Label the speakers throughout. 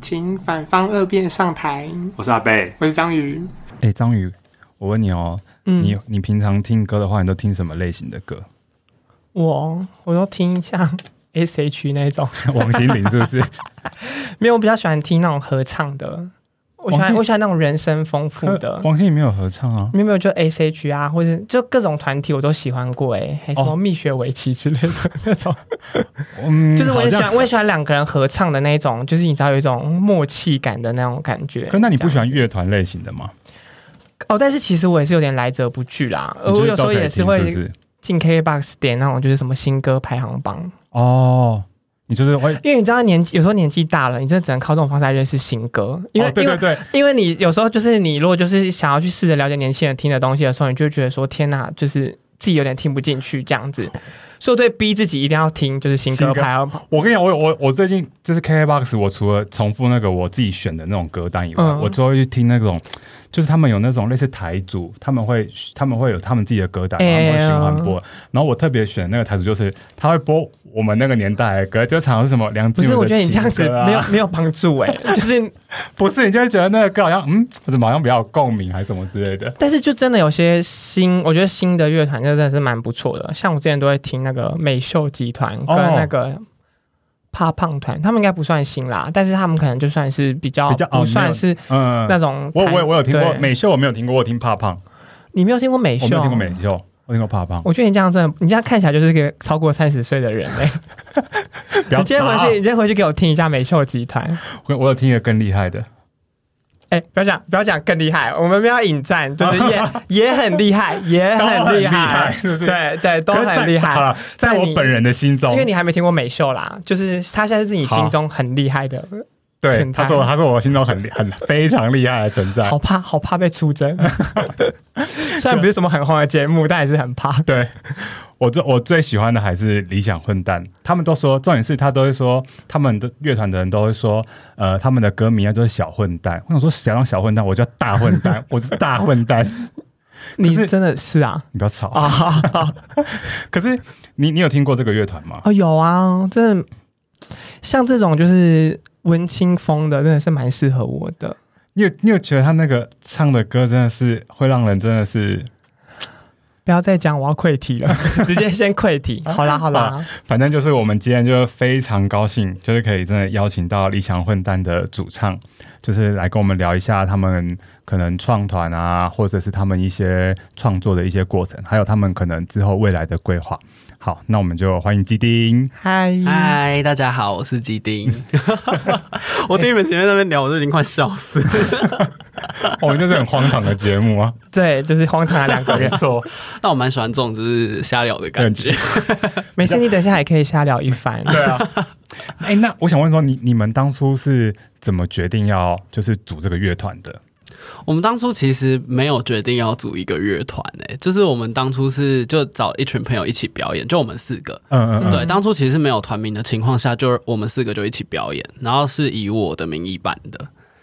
Speaker 1: 请反方二辩上台。
Speaker 2: 我是阿贝，
Speaker 1: 我是章鱼。
Speaker 3: 哎、章宇，我问你哦，
Speaker 1: 嗯
Speaker 3: 你你平常听歌的话，你都听什么类型的歌？
Speaker 1: 我我都听像 S H 那种，
Speaker 3: 王心凌是不是？
Speaker 1: 没有，我比较喜欢听那种合唱的。我喜
Speaker 3: 王
Speaker 1: 欢
Speaker 3: 心
Speaker 1: 我喜欢那种人声丰富 的。
Speaker 3: 王心凌没有合唱啊。
Speaker 1: 没有没有，就 S H 啊，或者就各种团体我都喜欢过哎、还什么
Speaker 3: 哦
Speaker 1: 蜜雪围棋之类的那种，
Speaker 3: 嗯，
Speaker 1: 就是我也喜
Speaker 3: 好
Speaker 1: 欢，
Speaker 3: 像。
Speaker 1: 我也喜欢两个人合唱的那种，就是你知道有一种默契感的那种感觉。
Speaker 3: 可那你不喜
Speaker 1: 这样
Speaker 3: 欢乐团类型的吗？
Speaker 1: 哦？但是其实我也是有点来者不拒啦，呃
Speaker 3: 你就
Speaker 1: 我
Speaker 3: 是
Speaker 1: 有时候
Speaker 3: 都可以
Speaker 1: 也是
Speaker 3: 听
Speaker 1: 会
Speaker 3: 不是
Speaker 1: 进 KBox 点那种就是什么新歌排行榜，
Speaker 3: 哦，你就是会
Speaker 1: 因为你知道年纪有时候年纪大了，你真的只能靠这种方式来认识新歌，因为、
Speaker 3: 哦，对
Speaker 1: 因
Speaker 3: 对
Speaker 1: 为
Speaker 3: 对，
Speaker 1: 因为你有时候就是你如果就是想要去试着了解年轻人听的东西的时候，你就会觉得说天哪，就是自己有点听不进去这样子，所以我对逼自己一定要听就是新歌
Speaker 3: 新歌
Speaker 1: 排行榜，
Speaker 3: 我跟你讲，我我我最近就是 KKBOX，我除了重复那个我自己选的那种歌单以外，
Speaker 1: 嗯
Speaker 3: 我最后去听那种，就是他们有那种类似台组，他们会他们会有他们自己的歌单，
Speaker 1: 哎
Speaker 3: 然后他们会循环播。然后我特别选那个台组，就是他会播我们那个年代的歌，就常常是什么梁
Speaker 1: 不
Speaker 3: 静
Speaker 1: 是
Speaker 3: 茹的、啊。
Speaker 1: 我觉得你这样子没有没有帮助哎、 就是
Speaker 3: 不是，你就会觉得那个歌好像嗯，怎么好像比较有共鸣，还是什么之类的。
Speaker 1: 但是就真的有些新，我觉得新的乐团就真的是蛮不错的。像我之前都会听那个美秀集团跟
Speaker 3: 哦
Speaker 1: 那个怕胖团，他们应该不算新啦，但是他们可能就算是比较
Speaker 3: 比较哦
Speaker 1: 不算是
Speaker 3: 嗯，
Speaker 1: 那种
Speaker 3: 我
Speaker 1: 团。
Speaker 3: 我我有听过
Speaker 1: 对
Speaker 3: 美秀，我没有听过，我听怕胖，
Speaker 1: 你没有听过美秀？
Speaker 3: 我没有听过美。秀，我听过 怕胖。
Speaker 1: 我觉得你这样真的，你这样看起来就是个超过三十岁的人哎、
Speaker 3: 不要啊
Speaker 1: 你今天回
Speaker 3: 吵
Speaker 1: 去，你今天回去给我听一下美秀集团。
Speaker 3: 我我有听一个更厉害的。
Speaker 1: 哎、不要讲，不要讲更厉害，我们不要引战，就是 也也很厉害，也
Speaker 3: 都很
Speaker 1: 很厉
Speaker 3: 厉害是不是
Speaker 1: 对对，都
Speaker 3: 可是在
Speaker 1: 很厉害
Speaker 3: 好。了，在
Speaker 1: 在
Speaker 3: 我
Speaker 1: 你
Speaker 3: 本人的心中，
Speaker 1: 因为你还没听过美秀啦，就是她现在是你心中很厉害的，
Speaker 3: 对
Speaker 1: 存在
Speaker 3: 他说，他说我心中很厉很非常厉害的存在
Speaker 1: 好。怕好怕被出 征。虽然不是什么很红的节目，但也是很怕。
Speaker 3: 对我最我最喜欢的还是理想混蛋，他们都说重点是他都会说他们的乐团的人都会说，呃，他们的歌名啊都是小混蛋。我想说谁要当小混蛋，我叫大混蛋，我是大混蛋，
Speaker 1: 你
Speaker 3: 可是
Speaker 1: 真的是啊
Speaker 3: 你不要吵。
Speaker 1: 啊啊
Speaker 3: 可是你你有听过这个乐团吗？
Speaker 1: 啊有啊，真的像这种就是文青风的，真的是蛮适合我的。
Speaker 3: 你有你有觉得他那个唱的歌真的是会让人真的是，
Speaker 1: 不要再讲我要溃体了， 直接先溃体。好啦好啦，
Speaker 3: 反正就是我们今天就非常高兴，就是可以真的邀请到理想混蛋的主唱，就是来跟我们聊一下他们可能创团啊，或者是他们一些创作的一些过程，还有他们可能之后未来的规划。好，那我们就欢迎基 丁。
Speaker 1: 嗨
Speaker 4: 嗯嗨，大家好，我是基 丁。我听你们前面那边聊，我都已经快笑死。
Speaker 3: 哦我们就是很荒唐的节目啊，
Speaker 1: 对，就是荒唐的两个人。
Speaker 3: 错，
Speaker 4: 但我蛮喜欢这种就是瞎聊的感觉。
Speaker 1: 没事，你等一下还可以瞎聊一番。
Speaker 3: 对啊。 哎、那我想问说，你你们当初是怎么决定要就是组这个乐团的？
Speaker 4: 我们当初其实没有决定要组一个乐团诶，就是我们当初是就找一群朋友一起表演，就我们四个。
Speaker 3: 嗯嗯嗯，
Speaker 4: 对，当初其实是没有团名的情况下，就是我们四个就一起表演，然后是以我的名义办的。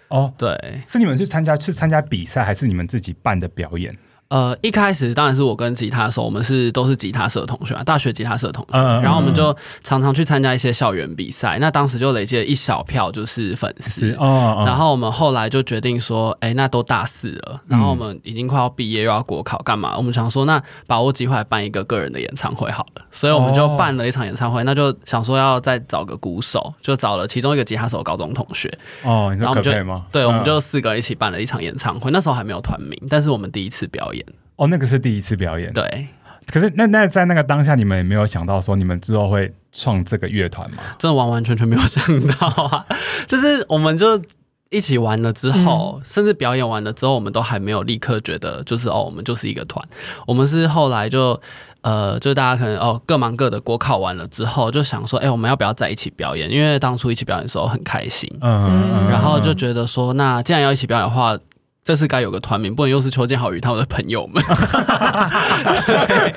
Speaker 3: 哦，
Speaker 4: 对，
Speaker 3: 是你们去参加去参加比赛，还是你们自己办的表演？
Speaker 4: 呃，一开始当然是我跟吉他手，我们是都是吉他社同学、啊，大学吉他社同学，
Speaker 3: 嗯嗯嗯
Speaker 4: 然后我们就常常去参加一些校园比赛。那当时就累积了一小票，就是粉丝。
Speaker 3: 哦，嗯
Speaker 4: 然后我们后来就决定说，哎、那都大四了，然后我
Speaker 3: 嗯
Speaker 4: 们已经快要毕业，又要国考，干嘛？我们想说，那把握机会来办一个个人的演唱会好了，所以我们就
Speaker 3: 哦
Speaker 4: 办了一场演唱会。那就想说要再找个鼓手，就找了其中一个吉他手高中同学，
Speaker 3: 哦，你说
Speaker 4: 然后我
Speaker 3: 可
Speaker 4: 们就
Speaker 3: 佩吗？
Speaker 4: 对，我们
Speaker 3: 嗯
Speaker 4: 就四个一起办了一场演唱会。那时候还没有团名，但是我们第一次表演，
Speaker 3: 哦，那个是第一次表演。，
Speaker 4: 对。
Speaker 3: 可是那那在那个当下，你们也没有想到说你们之后会创这个乐团吗？
Speaker 4: 真的完完全全没有想到啊！ 就是我们就一起玩了之后，甚至表演完了之后，我们都还没有立刻觉得就是哦，我们就是一个团。我们是后来就呃，就大家可能哦各忙各的，国考完了之后就想说，哎、我们要不要在一起表演？因为当初一起表演的时候很开心，
Speaker 3: 嗯
Speaker 1: 嗯
Speaker 4: 然后就觉得说，那既然要一起表演的话。这次该有个团名，不能又是邱建豪与他们的朋友们。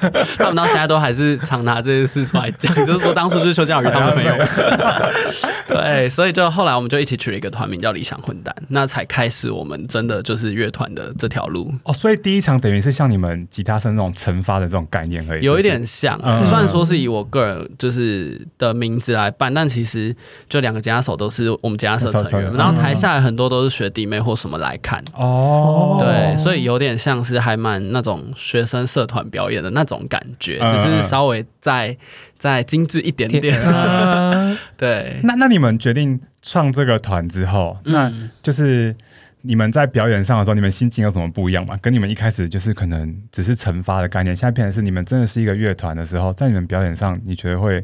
Speaker 4: 对他们到现在都还是常拿这件事出来讲，就是说当初就是邱建豪与他们的朋友们。 对，所以就后来我们就一起取了一个团名叫理想混蛋，那才开始我们真的就是乐团的这条路。
Speaker 3: 哦，所以第一场等于是像你们吉他生那种惩罚的这种概念而已，
Speaker 4: 有一
Speaker 3: 是
Speaker 4: 点像、
Speaker 3: 嗯
Speaker 4: 虽然说是以我个人就是的名字来办，但其实就两个吉他手都是我们吉他社成员，
Speaker 3: 嗯
Speaker 4: 然后台下很多都是学弟妹或什么来看，
Speaker 3: 不是哦，
Speaker 4: 对，所以有点像是还蛮那种学生社团表演的那种感觉，
Speaker 3: 嗯嗯
Speaker 4: 只是稍微再再精致一点点，
Speaker 1: 啊
Speaker 4: 对。
Speaker 3: 那那你们决定创这个团之后，那
Speaker 4: 嗯
Speaker 3: 就是你们在表演上的时候，你们心境有什么不一样吗？跟你们一开始就是可能只是惩罚的概念，现在变成是你们真的是一个乐团的时候，在你们表演上，你觉得会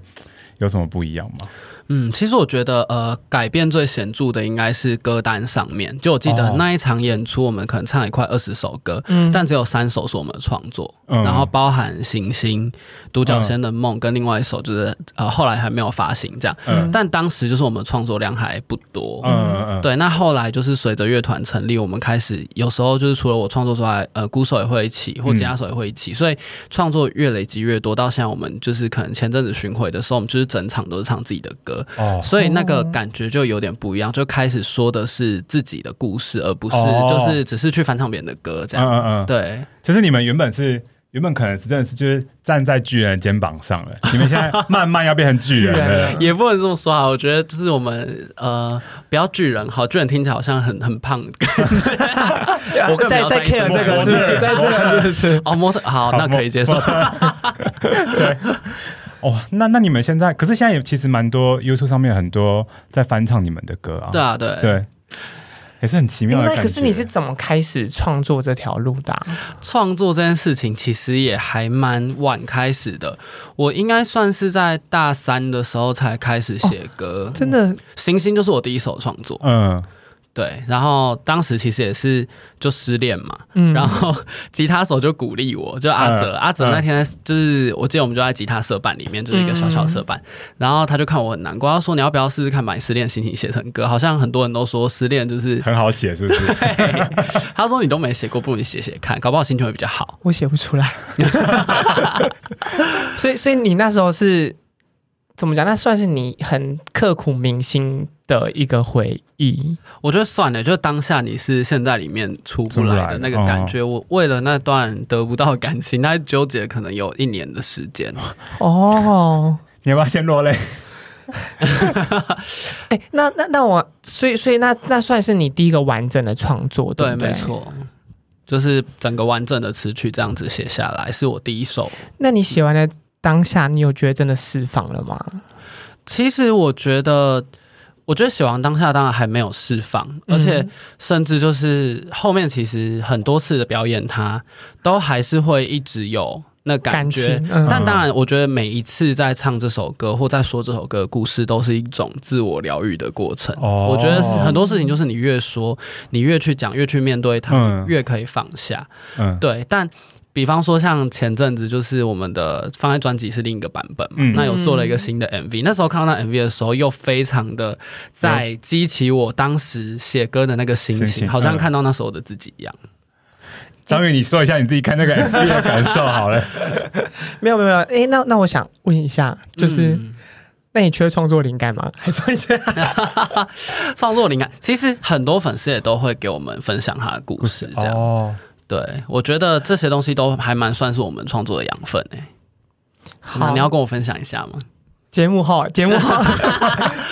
Speaker 3: 有什么不一样吗？
Speaker 4: 嗯，其实我觉得呃，改变最显著的应该是歌单上面，就我记得
Speaker 3: 哦
Speaker 4: 那一场演出，我们可能唱了快二十首歌，
Speaker 1: 嗯
Speaker 4: 但只有三首是我们的创作，
Speaker 3: 嗯
Speaker 4: 然后包含《行星》《独角仙的梦》跟另外一首就是呃后来还没有发行这样，
Speaker 3: 嗯
Speaker 4: 但当时就是我们创作量还不多。
Speaker 3: 嗯嗯嗯，
Speaker 4: 对，那后来就是随着乐团成立，我们开始有时候就是除了我创作之外，呃，鼓手也会一起，
Speaker 1: 嗯
Speaker 4: 或吉他手也会一起，所以创作越累积越多，到现在我们就是可能前阵子巡回的时候，我们就是整场都是唱自己的歌，
Speaker 3: 哦，
Speaker 4: 所以那个感觉就有点不一样，就开始说的是自己的故事，而不是
Speaker 3: 哦
Speaker 4: 就是只是去翻唱别人的歌这
Speaker 3: 嗯
Speaker 4: 样。
Speaker 3: 嗯嗯，
Speaker 4: 对，
Speaker 3: 就是你们原本是。原本可能是真的是就是站在巨人的肩膀 上了，你们现在慢慢要变成巨人
Speaker 1: 巨人
Speaker 3: 了
Speaker 1: 了。
Speaker 4: 也不能这么说啊。我觉得就是我们呃，不要巨人好，巨人听起来好像很很 胖。
Speaker 3: 啊
Speaker 4: 我更不
Speaker 1: 在
Speaker 4: 要
Speaker 1: 在
Speaker 4: 担心
Speaker 1: care
Speaker 4: 我
Speaker 1: 这个是
Speaker 4: 我
Speaker 1: 不是？在这个是不是？
Speaker 4: 哦，模特好，
Speaker 3: 好
Speaker 4: 那可以接受
Speaker 3: 模。哦，那那你们现在，可是现在也其实蛮多 YouTube 上面有很多在翻唱你们的歌啊。
Speaker 4: 对啊，对，
Speaker 3: 对，也是很奇妙的
Speaker 1: 哎那
Speaker 3: 感
Speaker 1: 可
Speaker 3: 觉。
Speaker 1: 是你是怎么开始创作这条路的啊？
Speaker 4: 创作这件事情其实也还蛮晚开始的。我应该算是在大三的时候才开始写歌，
Speaker 1: 哦真的
Speaker 4: 星星就是我第一首创作。
Speaker 3: 嗯
Speaker 4: 对，然后当时其实也是就失恋嘛，
Speaker 1: 嗯
Speaker 4: 然后吉他手就鼓励我，就阿哲，
Speaker 3: 嗯
Speaker 4: 阿哲那天就是我记得我们就在吉他社办里面，就是一个小小社办，
Speaker 1: 嗯
Speaker 4: 然后他就看我很难过，他说你要不要试试看把你失恋的心情写成歌？好像很多人都说失 恋就是，
Speaker 3: 很好写，是不是？
Speaker 4: 他说你都没写过，不如你写写看，搞不好心情会比较好。
Speaker 1: 我写不出 来，所以所以你那时候是怎么讲？那算是你很刻苦铭心的一个回忆。
Speaker 4: 我觉得算了，就当下你是现在里面出不来哦的那个感觉，我为了那段得不到的感情，那纠结可能有一年的时间。
Speaker 1: 哦，
Speaker 3: 你要不要先落泪？
Speaker 1: 哎、那那那我，所以所以那那算是你第一个完整的创作，对
Speaker 4: 对，
Speaker 1: 不
Speaker 4: 没。错，就是整个完整的词曲这样子写下来，是我第一首。
Speaker 1: 那你写完的当下，你有觉得真的释放了吗？
Speaker 4: 嗯其实我觉得，我觉得写完当下当然还没有释放，而且
Speaker 1: 嗯
Speaker 4: 甚至就是后面其实很多次的表演，它都还是会一直有那感觉。
Speaker 1: 情，嗯
Speaker 4: 但当然，我觉得每一次在唱这首歌或在说这首歌的故事，都是一种自我疗愈的过程。
Speaker 3: 哦
Speaker 4: 我觉得是很多事情就是你越说，你越去讲，越去面对它，
Speaker 3: 嗯
Speaker 4: 越可以放下。
Speaker 3: 嗯，
Speaker 4: 对，但比方说像前阵子就是我们的放在专辑是另一个版本嘛，
Speaker 3: 嗯
Speaker 4: 那有做了一个新的 MV，那时候看到那 MV 的时候，又非常的在激起我当时写歌的那个心
Speaker 3: 心
Speaker 4: 情，
Speaker 3: 情
Speaker 4: 好像
Speaker 3: 嗯
Speaker 4: 看到那时候的自己一样。
Speaker 3: 张宇，你说一下你自己看那个 MV 的感受好了。
Speaker 1: 没有没有没有。哎、那那我想问一下，就是、
Speaker 4: 嗯
Speaker 1: 那你缺创作灵感吗？还说一些
Speaker 4: 创作灵感，其实很多粉丝也都会给我们分享他的故事， 这样。
Speaker 3: 哦，
Speaker 4: 对，我觉得这些东西都还蛮算是我们创作的养分诶、怎么样
Speaker 1: 好
Speaker 4: 你要跟我分享一下吗？
Speaker 1: 节目号，节目 号，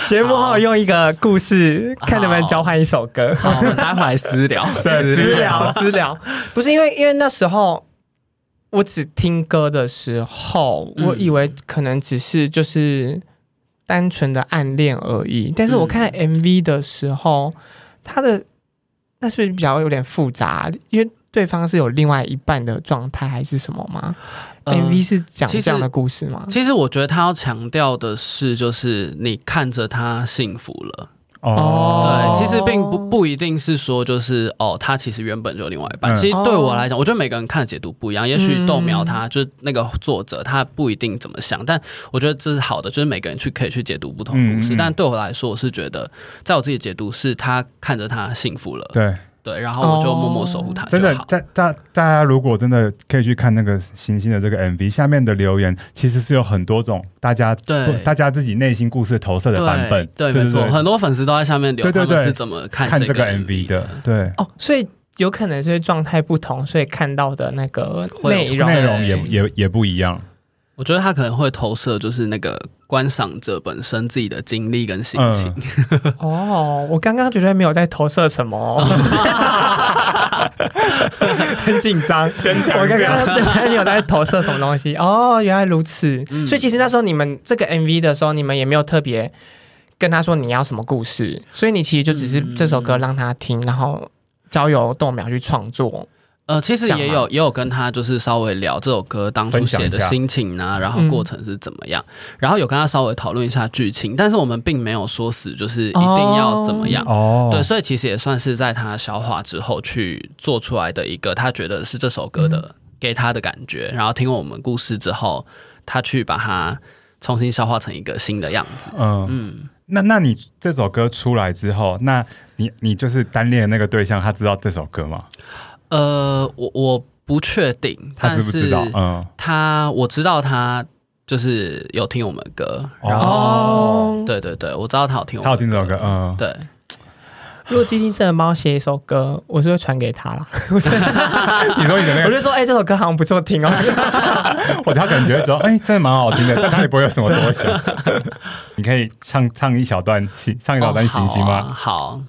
Speaker 1: 节目号，用一个故事看能不能交换一首歌。
Speaker 4: 好，我们待会儿来私 聊。
Speaker 3: 对，
Speaker 1: 私 聊，私聊，不是因为因为那时候我只听歌的时候，
Speaker 4: 嗯
Speaker 1: 我以为可能只是就是单纯的暗恋而已，但是我看 MV 的时候，他的那是不是比较有点复杂？因为对方是有另外一半的状态还是什么吗、
Speaker 4: 呃
Speaker 1: m 哎 v 是讲
Speaker 4: 其实
Speaker 1: 这样的故事吗？
Speaker 4: 其实我觉得他要强调的是，就是你看着他幸福了。
Speaker 1: 哦
Speaker 3: 哦，
Speaker 4: 对，其实并不不一定是说就是哦，他其实原本就有另外一半。
Speaker 3: 嗯
Speaker 4: 其实对我来讲，我觉得每个人看的解读不一样。也许豆苗他、就是那个作者，他不一定怎么想，但我觉得这是好的，就是每个人去可以去解读不同的故事。
Speaker 3: 嗯嗯嗯
Speaker 4: 但对我来说，我是觉得在我自己的解读是他看着他幸福了。
Speaker 3: 对，
Speaker 4: 对，然后我就默默守护啊他就
Speaker 3: 哦真的
Speaker 4: 好，。
Speaker 3: 大大大家如果真的可以去看那个行星的这个 MV，下面的留言其实是有很多种大家
Speaker 4: 对
Speaker 3: 大家自己内心故事投射的版本，
Speaker 4: 对，对没错，很多粉丝都在下面留
Speaker 3: 对对
Speaker 4: 他们
Speaker 3: 对
Speaker 4: 是怎么看
Speaker 3: 看这
Speaker 4: 个
Speaker 3: 个 MV 的，对。
Speaker 1: 哦，所以有可能是状态不同，所以看到的那个
Speaker 4: 会有
Speaker 1: 内容
Speaker 3: 内容也
Speaker 4: 对
Speaker 3: 也也不一样，
Speaker 4: 我觉得他可能会投射，就是那个观赏者本身自己的经历跟心
Speaker 3: 嗯
Speaker 4: 情。
Speaker 1: 哦，我刚刚觉得没有在投射什么 哦，很紧张。我刚刚真的没有在投射什么东西。哦，原来如此。
Speaker 4: 嗯
Speaker 1: 所以其实那时候你们这个 MV 的时候，你们也没有特别跟他说你要什么故事，所以你其实就只是
Speaker 4: 嗯
Speaker 1: 这首歌让他听，然后交由豆苗去创作。
Speaker 4: 呃，其实
Speaker 3: 啊
Speaker 1: 讲
Speaker 4: 也
Speaker 1: 吗
Speaker 4: 有也有跟他就是稍微聊这首歌当初
Speaker 3: 分享
Speaker 4: 写
Speaker 3: 一
Speaker 4: 的
Speaker 3: 下
Speaker 4: 心情啊，然后过程是怎么样，然后有跟他稍微讨论一下剧情，但是我们并没有说死就是一定要怎么样。
Speaker 3: 哦，
Speaker 4: 对，所以其实也算是在他消化之后去做出来的一个他觉得是这首歌的、
Speaker 3: 嗯
Speaker 4: 给他的感觉，然后听完我们故事之后，他去把它重新消化成一个新的样子。
Speaker 3: 嗯
Speaker 4: 嗯，
Speaker 3: 那那你这首歌出来之后，那你你就是单恋的那个对象，他知道这首歌吗？
Speaker 4: 呃，我我不确定，
Speaker 3: 他知不知道
Speaker 4: 但？是
Speaker 3: 嗯，
Speaker 4: 他我知道他就是有听我们歌，然后、
Speaker 3: 哦，
Speaker 4: 对对对，我知道他有听我
Speaker 3: 他
Speaker 4: 们
Speaker 3: 有听这首歌，嗯，
Speaker 4: 对，
Speaker 1: 如果基金这的猫写一首歌，我是会传给他啦。
Speaker 3: 你说你的那
Speaker 1: 我
Speaker 3: 个，
Speaker 1: 就说，哎、这首歌好像不错听哦。
Speaker 3: 我他可能觉得说，哎，真的蛮好听的，但他也不会有什么多想。 你可以唱唱一小段，行唱一小段行行
Speaker 4: 哦
Speaker 3: 吗？
Speaker 4: 好啊好。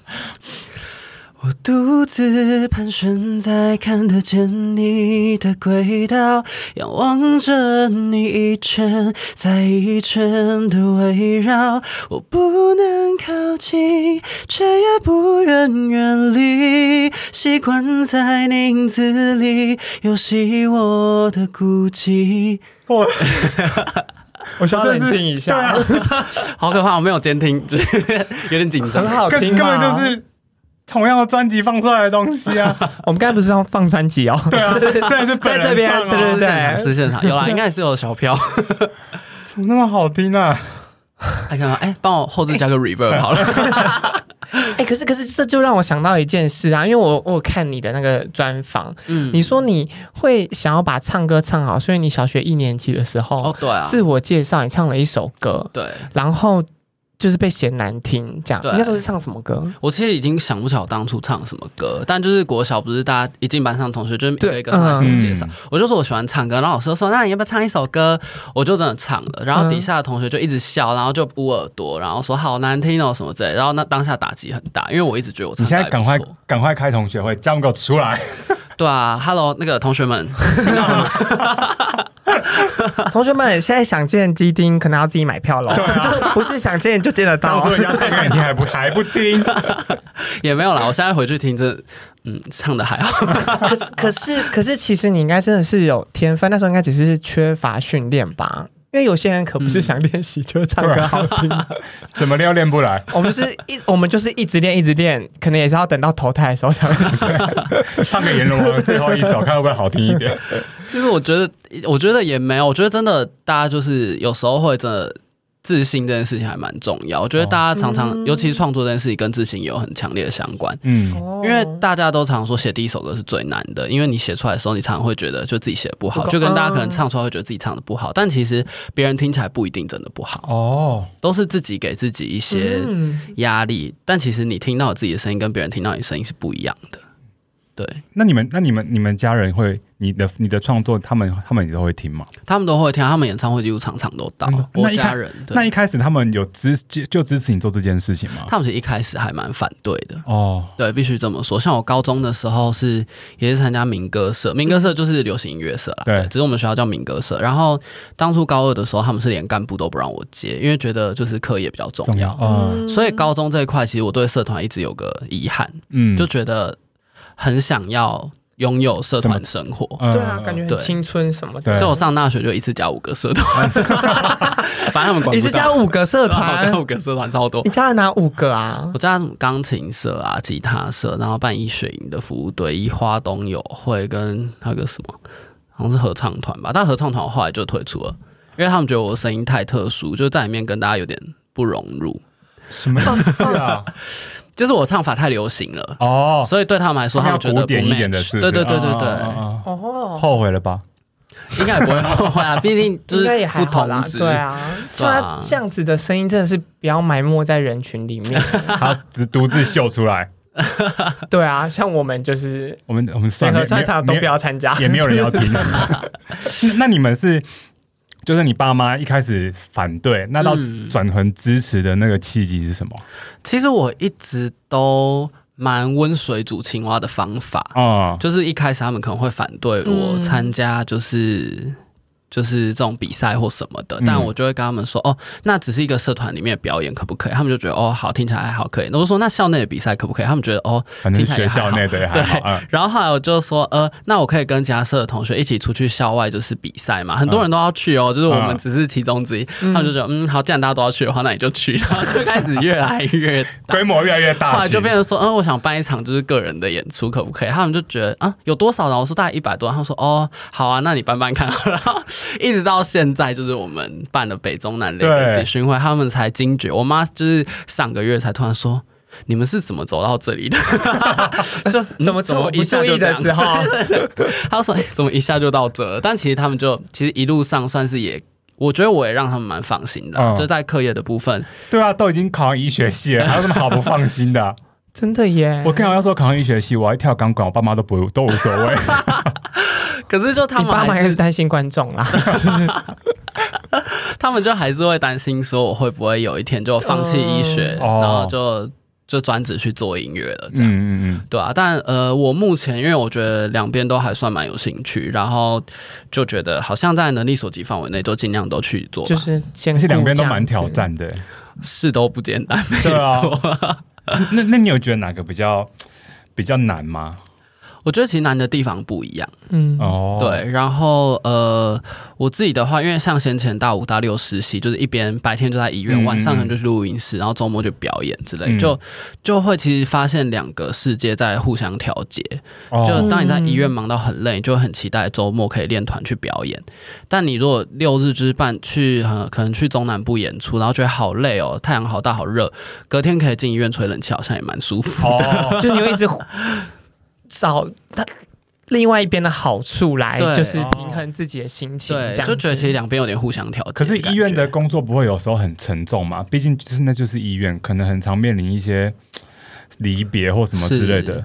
Speaker 4: 我独自盘旋在看得见你的轨道，仰望着你一圈再一圈的围绕。我不能靠近，却也不愿远离。习惯在宁子里游戏我的孤寂。
Speaker 3: 我 我
Speaker 1: 需要冷静一下
Speaker 3: 对啊
Speaker 4: 好可怕！我没有监听，就是 有点紧
Speaker 1: 很好
Speaker 3: 根
Speaker 1: 听
Speaker 3: 根
Speaker 1: 嘛
Speaker 3: 本就是同样的专辑放出来的东西 啊，
Speaker 1: 我们刚才不是要放专辑哦？
Speaker 3: 对啊，这是本人
Speaker 1: 在这边
Speaker 3: 唱啊
Speaker 1: 对对
Speaker 4: 是
Speaker 1: 对
Speaker 4: 现场是现场， 有啦，应该也是有小票。
Speaker 3: 怎么那么好听啊？
Speaker 4: 还看到，哎，帮我后置加个 reverb 好了。
Speaker 1: 哎、可是可是这就让我想到一件事啊，因为我我有看你的那个专访，
Speaker 4: 嗯，
Speaker 1: 你说你会想要把唱歌唱好，所以你小学一年级的时候、
Speaker 4: 哦，对啊，
Speaker 1: 自我介绍，你唱了一首歌，
Speaker 4: 对
Speaker 1: 然后就是被嫌难听，这样。
Speaker 4: 对
Speaker 1: 你那时候是唱什么歌？
Speaker 4: 我其实已经想不起来我当初唱什么歌，但就是国小不是大家一进班上同学就一个一个上来自我介绍
Speaker 3: 嗯，
Speaker 4: 我就说我喜欢唱歌，然后老师就说那你要不要唱一首歌？我就真的唱了，然后底下的同学就一直笑，然后就捂耳朵，然后说好难听哦什么之类的，然后那当下打击很大，因为我一直觉得我
Speaker 3: 你
Speaker 4: 唱
Speaker 3: 现在
Speaker 4: 歌还
Speaker 3: 赶
Speaker 4: 不
Speaker 3: 快
Speaker 4: 错。
Speaker 3: 赶快开同学会，叫我们给我出 来。
Speaker 4: 对啊，Hello 那个同学们，
Speaker 1: 同学们，现在想见基丁，可能要自己买票了，就 不是想见就见得到
Speaker 3: 当初
Speaker 1: 哦。
Speaker 3: 人家唱给你听还不还不听，
Speaker 4: 也没有啦，我现在回去听这，嗯，唱的还好。
Speaker 1: 可是可是可是，其实你应该真的是有天分，那时候应该只是缺乏训练吧。因为有些人可不是想练习，就是唱歌好听。
Speaker 3: 怎么练练不来？
Speaker 1: 我们是一，我们就是一直练，一直练，可能也是要等到淘汰的时候才会。
Speaker 3: 唱给阎罗王最后一首，看会不会好听一点？
Speaker 4: 其实我觉得，我觉得也没有，我觉得真的，大家就是有时候会真的自信这件事情还蛮重要。我觉得大家常常，
Speaker 3: 哦
Speaker 4: 尤其是创作这件事情，跟自信也有很强烈的相关。
Speaker 3: 嗯，
Speaker 1: 因
Speaker 4: 因为大家都常说写第一首歌是最难的，因为你写出来的时候，你常常会觉得就自己写得不好，
Speaker 1: 不够
Speaker 4: 就跟大家可
Speaker 3: 嗯
Speaker 4: 能唱出来会觉得自己唱的不好，但其实别人听起来不一定真的不好，
Speaker 3: 哦，
Speaker 4: 都是自己给自己一些
Speaker 3: 嗯
Speaker 1: 嗯
Speaker 4: 压力。但其实你听到自己的声音跟别人听到你的声音是不一样的。对
Speaker 3: 那你们那你们你们家人会你的你的创作，他们他们也都会听吗？
Speaker 4: 他们都会听，他们演唱会几乎场场都到
Speaker 3: 嗯。
Speaker 4: 我
Speaker 3: 那一开
Speaker 4: 家人对
Speaker 3: 那一开始他们有支就就支持你做这件事情吗？
Speaker 4: 他们其实一开始还蛮反对的。
Speaker 3: 哦，
Speaker 4: 对，必须这么说。像我高中的时候是也是参加民歌社，民歌社就是流行音乐社啦。
Speaker 3: 对
Speaker 4: 只是我们学校叫民歌社。然后当初高二的时候，他们是连干部都不让我接，因为觉得就是课业比较重
Speaker 3: 重要
Speaker 4: 要。
Speaker 3: 哦，
Speaker 4: 所以高中这一块，其实我对社团一直有个遗憾，
Speaker 3: 嗯
Speaker 4: 就觉得很想要拥有社团生活。
Speaker 3: 嗯
Speaker 1: 对啊，感觉
Speaker 4: 对
Speaker 1: 很青春什么
Speaker 3: 对
Speaker 1: 的。
Speaker 4: 所以我上大学就一次加五个社团， 反正他们管不到。
Speaker 1: 你是加五个社
Speaker 4: 然 后我加
Speaker 1: 团，
Speaker 4: 五个社团超多
Speaker 1: 你。加了哪五个啊
Speaker 4: 我？加什么钢琴社啊、吉他社，然后办一水营的服务队，一花东友会跟还有个什么，好像是合唱团吧。但合唱团我后来就退出了，因为他们觉得我的声音太特殊，就在里面跟大家有点不融入。
Speaker 3: 什么意思啊？
Speaker 4: 就是我唱法太流行 了，
Speaker 3: 哦，
Speaker 4: 所以对他们来说，
Speaker 3: 他
Speaker 4: 他
Speaker 3: 们要
Speaker 4: 们觉得
Speaker 3: 古
Speaker 4: 不
Speaker 3: 典一点的
Speaker 4: match
Speaker 3: 是不
Speaker 4: 对
Speaker 3: 是，
Speaker 4: 对对对对，
Speaker 3: 哦哦哦
Speaker 1: 哦，
Speaker 3: 后悔了吧？
Speaker 4: 应该也不会 后悔啊，毕竟就
Speaker 1: 应该也
Speaker 4: 是
Speaker 1: 还
Speaker 4: 不
Speaker 1: 好啦
Speaker 4: 同，值。
Speaker 1: 对啊，就他这样子的声音真的是不要埋没在人群里面，
Speaker 3: 他只独自秀出来，
Speaker 1: 对啊，像我们就是
Speaker 3: 我们我们
Speaker 1: 联
Speaker 3: 算
Speaker 1: 合
Speaker 3: 了，
Speaker 1: 川
Speaker 3: 没有
Speaker 1: 塔都
Speaker 3: 没有
Speaker 1: 不要参加，
Speaker 3: 也没有人要 听。 那那你们是，就是你爸妈一开始反对，那到
Speaker 4: 嗯
Speaker 3: 转成支持的那个契机是什么？
Speaker 4: 其实我一直都蛮温水煮青蛙的方法，
Speaker 3: 啊、
Speaker 4: 就是一开始他们可能会反对我
Speaker 1: 嗯
Speaker 4: 参加，就是、就是这种比赛或什么的
Speaker 3: 嗯，
Speaker 4: 但我就会跟他们说，哦，那只是一个社团里面的表演，可不可以？他们就觉得哦，好，听起来还好，可以。那我就说那校内的比赛可不可以？他们觉得哦，
Speaker 3: 反正学校内的也还
Speaker 4: 听起来
Speaker 3: 好
Speaker 4: 也还，
Speaker 3: 嗯，
Speaker 4: 然后后来我就说，呃，那我可以跟其他社的同学一起出去校外，就是比赛嘛，很多人都要去
Speaker 3: 嗯
Speaker 4: 哦，就是我们只是其中之一。他们就说，嗯，好，既然大家都要去的话，那你就 去，然后就开始越来越大。
Speaker 3: 规模越来越大，
Speaker 4: 后来就变成说，嗯，我想办一场就是个人的演出，可不可以？他们就觉得啊，有多少人？我说大概一百多。他们说，哦，好啊，那你办办看。然后一直到现在，就是我们办了北中南 l
Speaker 3: 对
Speaker 4: e 巡回，他们才惊觉。我妈就是上个月才突然说。你们是怎么走到这里的？ 就、嗯
Speaker 1: 怎么
Speaker 4: 怎么
Speaker 1: 不
Speaker 4: 一下
Speaker 1: 注
Speaker 4: 就
Speaker 1: 意
Speaker 4: 这
Speaker 1: 的
Speaker 4: 样
Speaker 1: 时候，
Speaker 4: 他说、哎怎么一下就到这了？但其实他们就其实一路上算是也，我觉得我也让他们蛮放心的啊，
Speaker 3: 嗯
Speaker 4: 就在课业的部分，
Speaker 3: 对啊，都已经考上医学系了，还有什么好不放心的啊、
Speaker 1: 真的耶，
Speaker 3: 我跟我要说考上医学系，我还跳钢管，我爸妈都不都无所谓。
Speaker 4: 可是就他
Speaker 1: 你
Speaker 4: 们
Speaker 1: 爸妈
Speaker 4: 还
Speaker 1: 还
Speaker 4: 是
Speaker 1: 是担心观众啦，
Speaker 4: 他们就还是会担心说我会不会有一天就放弃医学，
Speaker 3: 哦
Speaker 4: 然后就就专职去做音乐了这样。
Speaker 3: 嗯嗯
Speaker 4: 对啊，但呃，我目前因为我觉得两边都还算蛮有兴趣，然后就觉得好像在能力所及范围内都尽量都去做吧，
Speaker 1: 就是是兼
Speaker 3: 嗯，而
Speaker 1: 顾
Speaker 3: 且两边都
Speaker 1: 这样
Speaker 3: 蛮挑
Speaker 1: 子。
Speaker 3: 战的。
Speaker 4: 是都不简单，没
Speaker 3: 对啊
Speaker 4: 错。
Speaker 3: 那那你有觉得哪个比较比较难吗？
Speaker 4: 我觉得其实难的地方不一样。
Speaker 1: 嗯，
Speaker 3: 哦，，
Speaker 4: 对，然后呃，我自己的话，因为像先前大五、大六实习，就是一边白天就在医院，
Speaker 3: 嗯
Speaker 4: 晚上可能就去录音室，然后周末就表演之类，
Speaker 3: 嗯
Speaker 4: 就就会其实发现两个世界在互相调节。
Speaker 3: 哦、
Speaker 4: 就当你在医院
Speaker 1: 嗯
Speaker 4: 忙到很累，你就会很期待周末可以练团去表演。但你如果六日之半去，呃，可能去中南部演出，然后觉得好累哦，太阳好大好热，隔天可以进医院吹冷气，好像也蛮舒服。
Speaker 3: 哦，
Speaker 1: 就是你会一直找他另外一边的好处来，
Speaker 4: 对
Speaker 1: 就是平衡自己的心情，
Speaker 4: 对
Speaker 1: 这，样
Speaker 4: 就觉得其实
Speaker 1: 子
Speaker 4: 两边有点互相调节。
Speaker 3: 可是医院的。工作不会有时候很沉重嘛？毕竟就是那就是医院，可能很常面临一些嘖离别或什么之类的
Speaker 4: 是。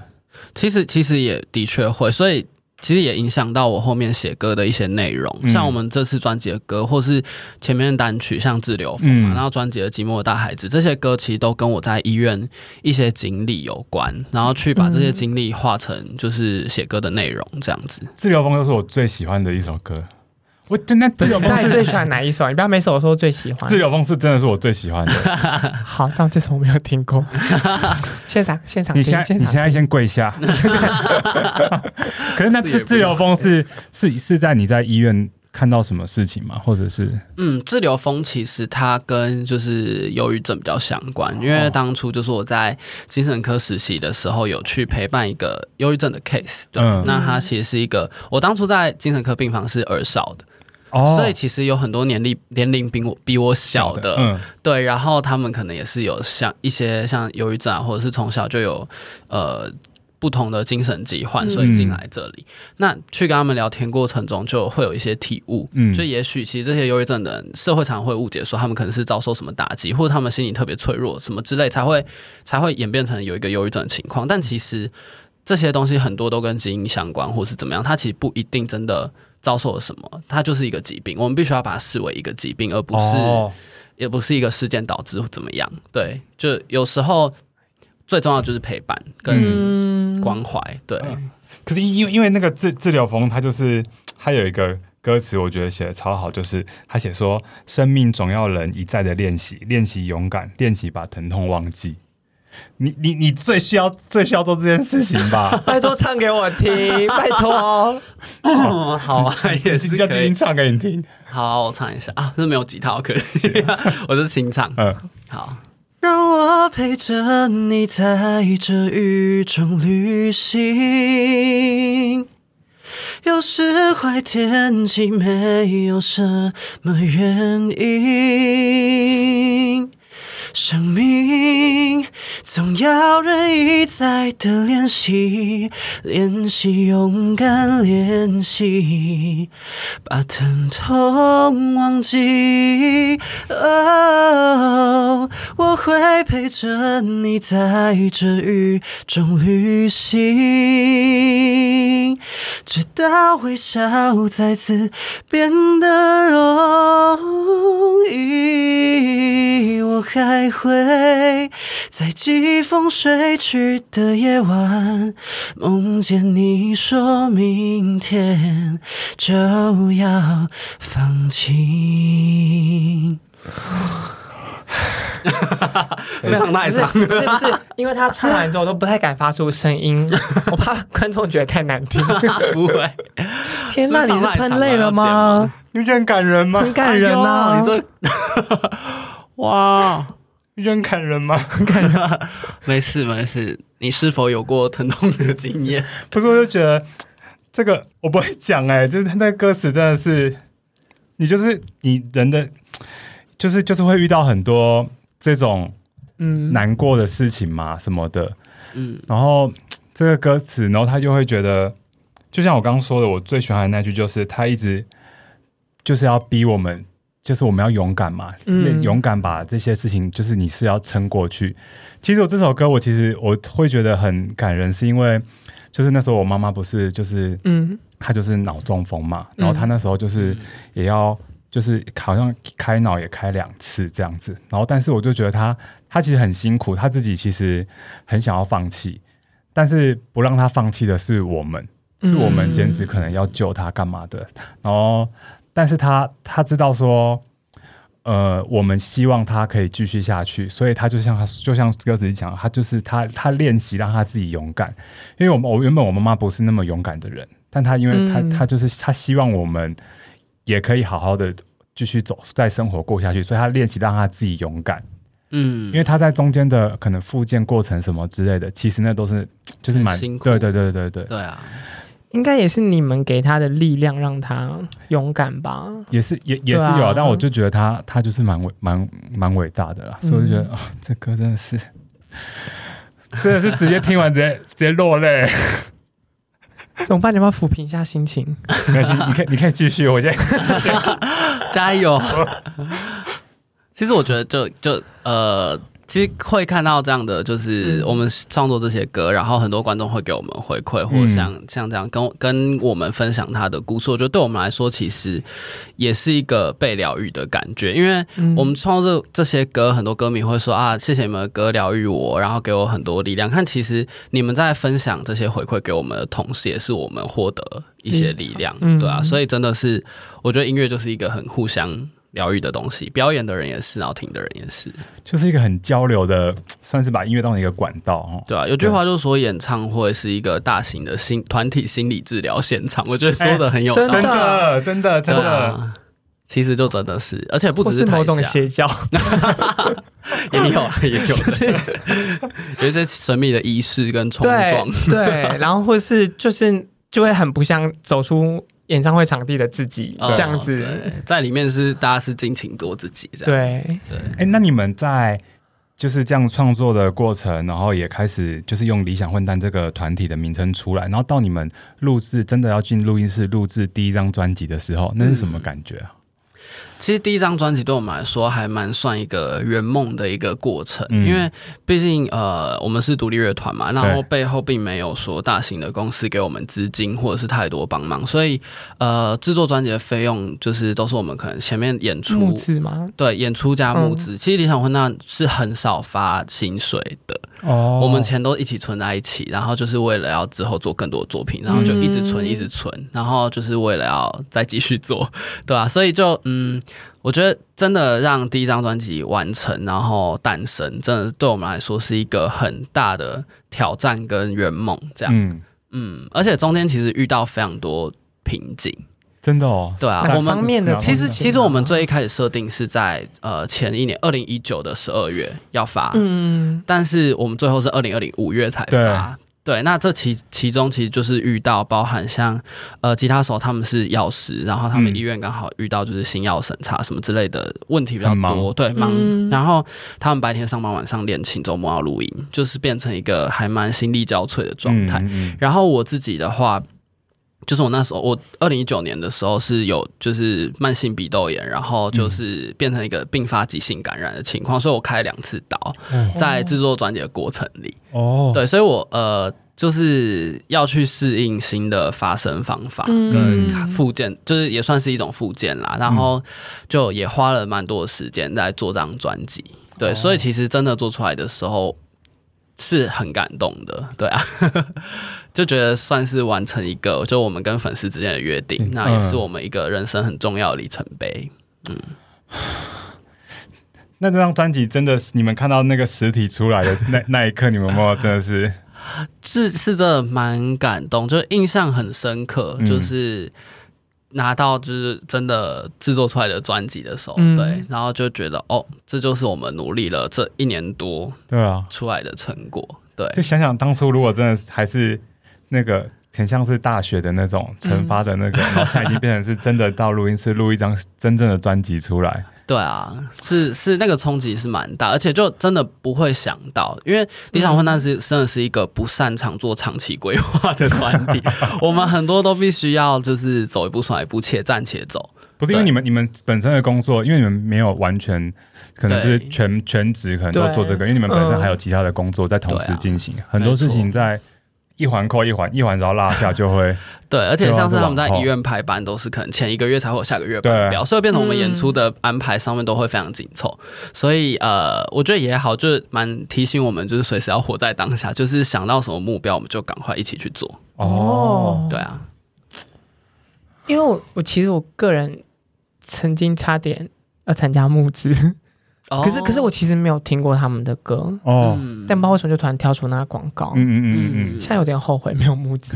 Speaker 4: 其实其实也的确会，所以其实也影响到我后面写歌的一些内容，
Speaker 3: 嗯
Speaker 4: 像我们这次专辑的歌，或是前面的单曲，像《自留风》嘛，
Speaker 3: 嗯
Speaker 4: 然后专辑的《寂寞的大孩子》，这些歌其实都跟我在医院一些经历有关，然后去把这
Speaker 3: 嗯
Speaker 4: 些经历化成就是写歌的内容，这样子。
Speaker 3: 自由风就是我最喜欢的一首歌，我真的自由
Speaker 1: 那你
Speaker 3: 风
Speaker 1: 最
Speaker 3: 是
Speaker 1: 喜欢哪一首？你不要每首说最喜欢
Speaker 3: 自。由风是真的是我最喜欢的。
Speaker 1: 好，但这首我没有听 过。现场现场
Speaker 3: 你
Speaker 1: 听，
Speaker 3: 现
Speaker 1: 现场
Speaker 3: 在你现在
Speaker 1: 听
Speaker 3: 先 跪下。可是那
Speaker 4: 是也
Speaker 3: 自
Speaker 4: 不
Speaker 3: 自由风是是是在你在医院看到什么事情吗？或者是
Speaker 4: 嗯，自留风其实它跟就是忧郁症比较相关，因
Speaker 3: 哦
Speaker 4: 为当初就是我在精神科实习的时候，有去陪伴一个忧郁症的 case 对。
Speaker 3: 嗯
Speaker 4: 那它其实是一个，我当初在精神科病房是儿少的，
Speaker 3: 哦
Speaker 4: 所以其实有很多年龄年龄比我比我小的，
Speaker 3: 嗯
Speaker 4: 对，然后他们可能也是有像一些像忧郁症啊，或者是从小就有呃不同的精神疾
Speaker 3: 嗯
Speaker 4: 患，所以进来这里。那去跟他们聊天过程中，就会有一些体悟。
Speaker 3: 嗯
Speaker 4: 就也许其实这些忧郁症的人，社会常会误解说他们可能是遭受什么打击，或者他们心理特别脆弱什么之类，才会才会演变成有一个忧郁症的情况。但其实这些东西很多都跟基因相关，或是怎么样，它其实不一定真的。遭受了什么？它就是一个疾病，我们必须要把它视为一个疾病，而不是、
Speaker 3: 哦
Speaker 4: 也不是一个事件导致怎么样。对，就有时候最重要就是陪伴跟
Speaker 1: 嗯，？
Speaker 4: 关怀。对，
Speaker 3: 可是因因为因为那个自自流风，它就是它有一个歌词，我觉得写的超好，就是他写说：“生命总要人一再的练习，练习勇敢，练习把疼痛忘记。你”你你最需要最需要做这件事情吧
Speaker 1: 拜托唱给我 听，拜托。
Speaker 4: 哦， 好 啊，也
Speaker 3: 是要今天。唱给你听。
Speaker 4: 好，我唱一下啊，这没有吉他，好可惜，啊 我是清唱。
Speaker 3: 嗯，
Speaker 4: 好。让我陪着你在这雨中旅行，有时坏天气没有什么原因，生命总要人一再的练习，练习勇敢，练习把疼痛忘记。哦，我会陪着你在这雨中旅行，直到微笑再次变得容易。我还会在季风吹去的夜晚，梦见你说明天就要放晴。是唱太长，
Speaker 1: 不是不是不是，因为他唱完之后都不太敢发出声 音，我怕观众觉得太难 听。
Speaker 4: 不会。
Speaker 1: 天哪，你
Speaker 4: 是不
Speaker 1: 是
Speaker 4: 是唱太长
Speaker 1: 喷
Speaker 4: 了
Speaker 1: 泪
Speaker 4: 要
Speaker 1: 了
Speaker 4: 剪
Speaker 1: 吗
Speaker 4: 吗？
Speaker 3: 有点感人吗？
Speaker 1: 很感人啊！
Speaker 4: 哎呦你这哇，
Speaker 3: 有点感人吗？
Speaker 4: 没事没事，你是否有过疼痛的经验？
Speaker 3: 不是，我就觉得这个我不会讲哎、就是他那歌词真的是，你就是你人的，就是就是会遇到很多这种
Speaker 1: 嗯，
Speaker 3: 难过的事情嘛什么的，
Speaker 4: 嗯，
Speaker 3: 然后这个歌词，然后他就会觉得，就像我刚刚说的，我最喜欢的那句就是他一直就是要逼我们，就是我们要勇敢嘛，
Speaker 1: 嗯
Speaker 3: 勇敢把这些事情，就是你是要撑过去。其实我这首歌，我其实我会觉得很感人，是因为就是那时候我妈妈不是就是
Speaker 1: 嗯
Speaker 3: 她就是脑中风嘛，然后她那时候就是也要。就是好像开脑也开两次这样子，然后但是我就觉得她她其实很辛苦，她自己其实很想要放弃，但是不让她放弃的是我们，是我们坚持可能要救她干嘛的，然后但是她她知道说，呃，我们希望他可以继续下去，所以他就像他就像歌词讲，他就是他他练习让他自己勇敢，因为我们我原本我妈妈不是那么勇敢的人，但她因为她
Speaker 1: 嗯
Speaker 3: 她就是她希望我们也可以好好的继续走在生活过下去，所以她练习让她自己勇敢，
Speaker 4: 嗯
Speaker 3: 因为她在中间的可能复健过程什么之类的，其实那都是就是蛮
Speaker 4: 很辛苦
Speaker 3: 对对对对对，
Speaker 4: 对啊，
Speaker 1: 应该也是你们给他的力量，让他勇敢吧。
Speaker 3: 也是也也是有、
Speaker 1: 对啊
Speaker 3: 但
Speaker 4: 嗯
Speaker 3: 我就觉得他他就是蛮伟蛮蛮伟大的啦，
Speaker 1: 嗯
Speaker 3: 所以我就觉得哦，这歌真的 是，真的是直接听完直接直接落泪。
Speaker 1: 怎么办？你要不要抚平一下心情？
Speaker 3: 没关系，你可以你可以继续，我先
Speaker 4: 加油！其实我觉得就，就呃，其实会看到这样的，就是
Speaker 1: 嗯
Speaker 4: 我们创作这些歌，然后很多观众会给我们回馈，或者像、像这样跟跟我们分享他的故事。我觉得对我们来说，其实也是一个被疗愈的感觉，因为
Speaker 1: 嗯
Speaker 4: 我们创作这些歌，很多歌迷会说啊，谢谢你们的歌疗愈我，然后给我很多力量。但其实你们在分享这些回馈给我们的同时，也是我们获得一些力量，
Speaker 1: 嗯
Speaker 4: 对啊。所以真的是，我觉得音乐就是一个很互相疗愈的东西，表演的人也是，然后听的人也是，
Speaker 3: 就是一个很交流的，算是把音乐当成一个管道哦。
Speaker 4: 对啊。有句话就说，演唱会是一个大型的心团体心理治疗现场，我觉得说的很有道
Speaker 1: 哎
Speaker 4: 理，
Speaker 1: 真的
Speaker 3: 的真的真
Speaker 4: 对
Speaker 3: 的，
Speaker 4: 啊。其实就真的是，而且不
Speaker 1: 或
Speaker 4: 只是
Speaker 1: 是某种
Speaker 4: 台下
Speaker 1: 邪教，
Speaker 4: 也有啊，也有， 的，有一些神秘的仪式跟冲
Speaker 1: 对
Speaker 4: 撞。
Speaker 1: 对， 然后或是就是就会很不像走出演唱会场地的自己
Speaker 4: 哦
Speaker 1: 这样子。
Speaker 4: 对在里面是大家是尽情做自己，这样
Speaker 1: 对，
Speaker 3: 哎、那你们在就是这样创作的过程，然后也开始就是用理想混蛋这个团体的名称出来，然后到你们录制真的要进录音室录制第一张专辑的时候，那是什
Speaker 4: 嗯
Speaker 3: 么感觉啊？
Speaker 4: 其实第一张专辑对我们来说还蛮算一个圆梦的一个过程，
Speaker 3: 嗯
Speaker 4: 因为毕竟呃我们是独立乐团嘛，然后
Speaker 3: 对
Speaker 4: 背后并没有说大型的公司给我们资金或者是太多帮忙，所以呃制作专辑的费用就是都是我们可能前面演
Speaker 1: 木
Speaker 4: 出
Speaker 1: 质吗？
Speaker 4: 对演出加募
Speaker 1: 嗯
Speaker 4: 资，其实理想混蛋是很少发薪水的，
Speaker 3: 哦
Speaker 4: 我们钱都一起存在一起，然后就是为了要之后做更多作品，然后就一直存一直存，然后就是为了要再继续做，对啊，所以就嗯，我觉得真的让第一张专辑完成，然后诞生，真的对我们来说是一个很大的挑战跟圆梦，这样，
Speaker 3: 嗯，
Speaker 4: 嗯，而且中间其实遇到非常多瓶颈，
Speaker 3: 真的哦，
Speaker 4: 对啊
Speaker 3: 哪
Speaker 4: 我们
Speaker 3: 方面
Speaker 1: 哪
Speaker 4: 其
Speaker 1: 方
Speaker 4: 实，
Speaker 1: 面
Speaker 4: 其实我们最一开始设定是在呃前一年二零一九的十二月要发，
Speaker 1: 嗯，
Speaker 4: 但是我们最后是二零二零五月才发。对，那这其其中其实就是遇到包含像呃吉他手他们是药师，然后他们
Speaker 3: 嗯
Speaker 4: 医院刚好遇到就是新药审查什么之类的问题比较
Speaker 3: 很忙
Speaker 4: 多，对，忙。
Speaker 1: 嗯
Speaker 4: 然后他们白天上班，晚上练琴，周末要录音，就是变成一个还蛮心力交瘁的状态。
Speaker 3: 嗯嗯
Speaker 4: 然后我自己的话，就是我那时候，我二零一九年的时候是有就是慢性鼻窦炎，然后
Speaker 3: 嗯
Speaker 4: 就是变成一个并发急性感染的情况，所以我开了两次刀，
Speaker 3: 嗯
Speaker 4: 在制作专辑的过程里，
Speaker 3: 哦，
Speaker 4: 对，所以我呃就是要去适应新的发声方法跟
Speaker 1: 嗯
Speaker 4: 啊附件，就是也算是一种附件
Speaker 3: 嗯
Speaker 4: 啦。然后就也花了蛮多的时间在做这张专辑，对，
Speaker 3: 哦
Speaker 4: 所以其实真的做出来的时候是很感动的，对啊， 就觉得算是完成一个就我们跟粉丝之间的约定
Speaker 3: 嗯，
Speaker 4: 那也是我们一个人生很重要的里程碑。
Speaker 3: 那这张专辑真的是，你们看到那个实体出 来的那那一刻，你们有没有真的是
Speaker 4: 是是真的蛮感动，就是印象很深刻，
Speaker 3: 嗯
Speaker 4: 就是拿到就是真的制作出来的专辑的时候，
Speaker 1: 嗯
Speaker 4: 对，然后就觉得哦，这就是我们努力了这一年多
Speaker 3: 对啊？
Speaker 4: 出来的成果，对
Speaker 3: 就想想当初，如果真的是还是那个很像是大学的那种惩罚的那个，然后现在已经变成是真的到录音室录一张真正的专辑出来，
Speaker 4: 对啊，是是那个冲击是蛮大，而且就真的不会想到，因为理想混蛋
Speaker 1: 嗯
Speaker 4: 是真的是一个不擅长做长期规划的 团体，我们很多都必须要就是走一步算一步，且战且走，
Speaker 3: 不是因为
Speaker 4: 对
Speaker 3: 你们你们本身的工作，因为你们没有完全可能就是
Speaker 4: 对
Speaker 3: 全全职，可能都
Speaker 1: 对
Speaker 3: 做这个，因为你们本身
Speaker 1: 嗯
Speaker 3: 还有其他的工作在同时
Speaker 4: 对啊
Speaker 3: 进行，很多事情在一环扣一环，一环只要落下就 会
Speaker 4: 对，而且像是他们在
Speaker 3: 对啊
Speaker 4: 医院排班，都是可能前一个月才会有下个月
Speaker 3: 啊
Speaker 4: 班表，所以变成我们演
Speaker 1: 嗯
Speaker 4: 出的安排上面都会非常紧凑。所以呃，我觉得也好，就是蛮提醒我们，就是随时要活在当下，就是想到什么目标，我们就赶快一起去做。
Speaker 3: 哦，
Speaker 4: 对啊，
Speaker 1: 因为我我其实我个人曾经差点要参加募资，
Speaker 4: 哦
Speaker 1: 可是可是我其实没有听过他们的歌，
Speaker 3: 哦，嗯
Speaker 4: 嗯
Speaker 1: 但不知道为什么就突然跳出那个广告，
Speaker 3: 嗯嗯嗯嗯，
Speaker 1: 现在有点后悔没有募 资。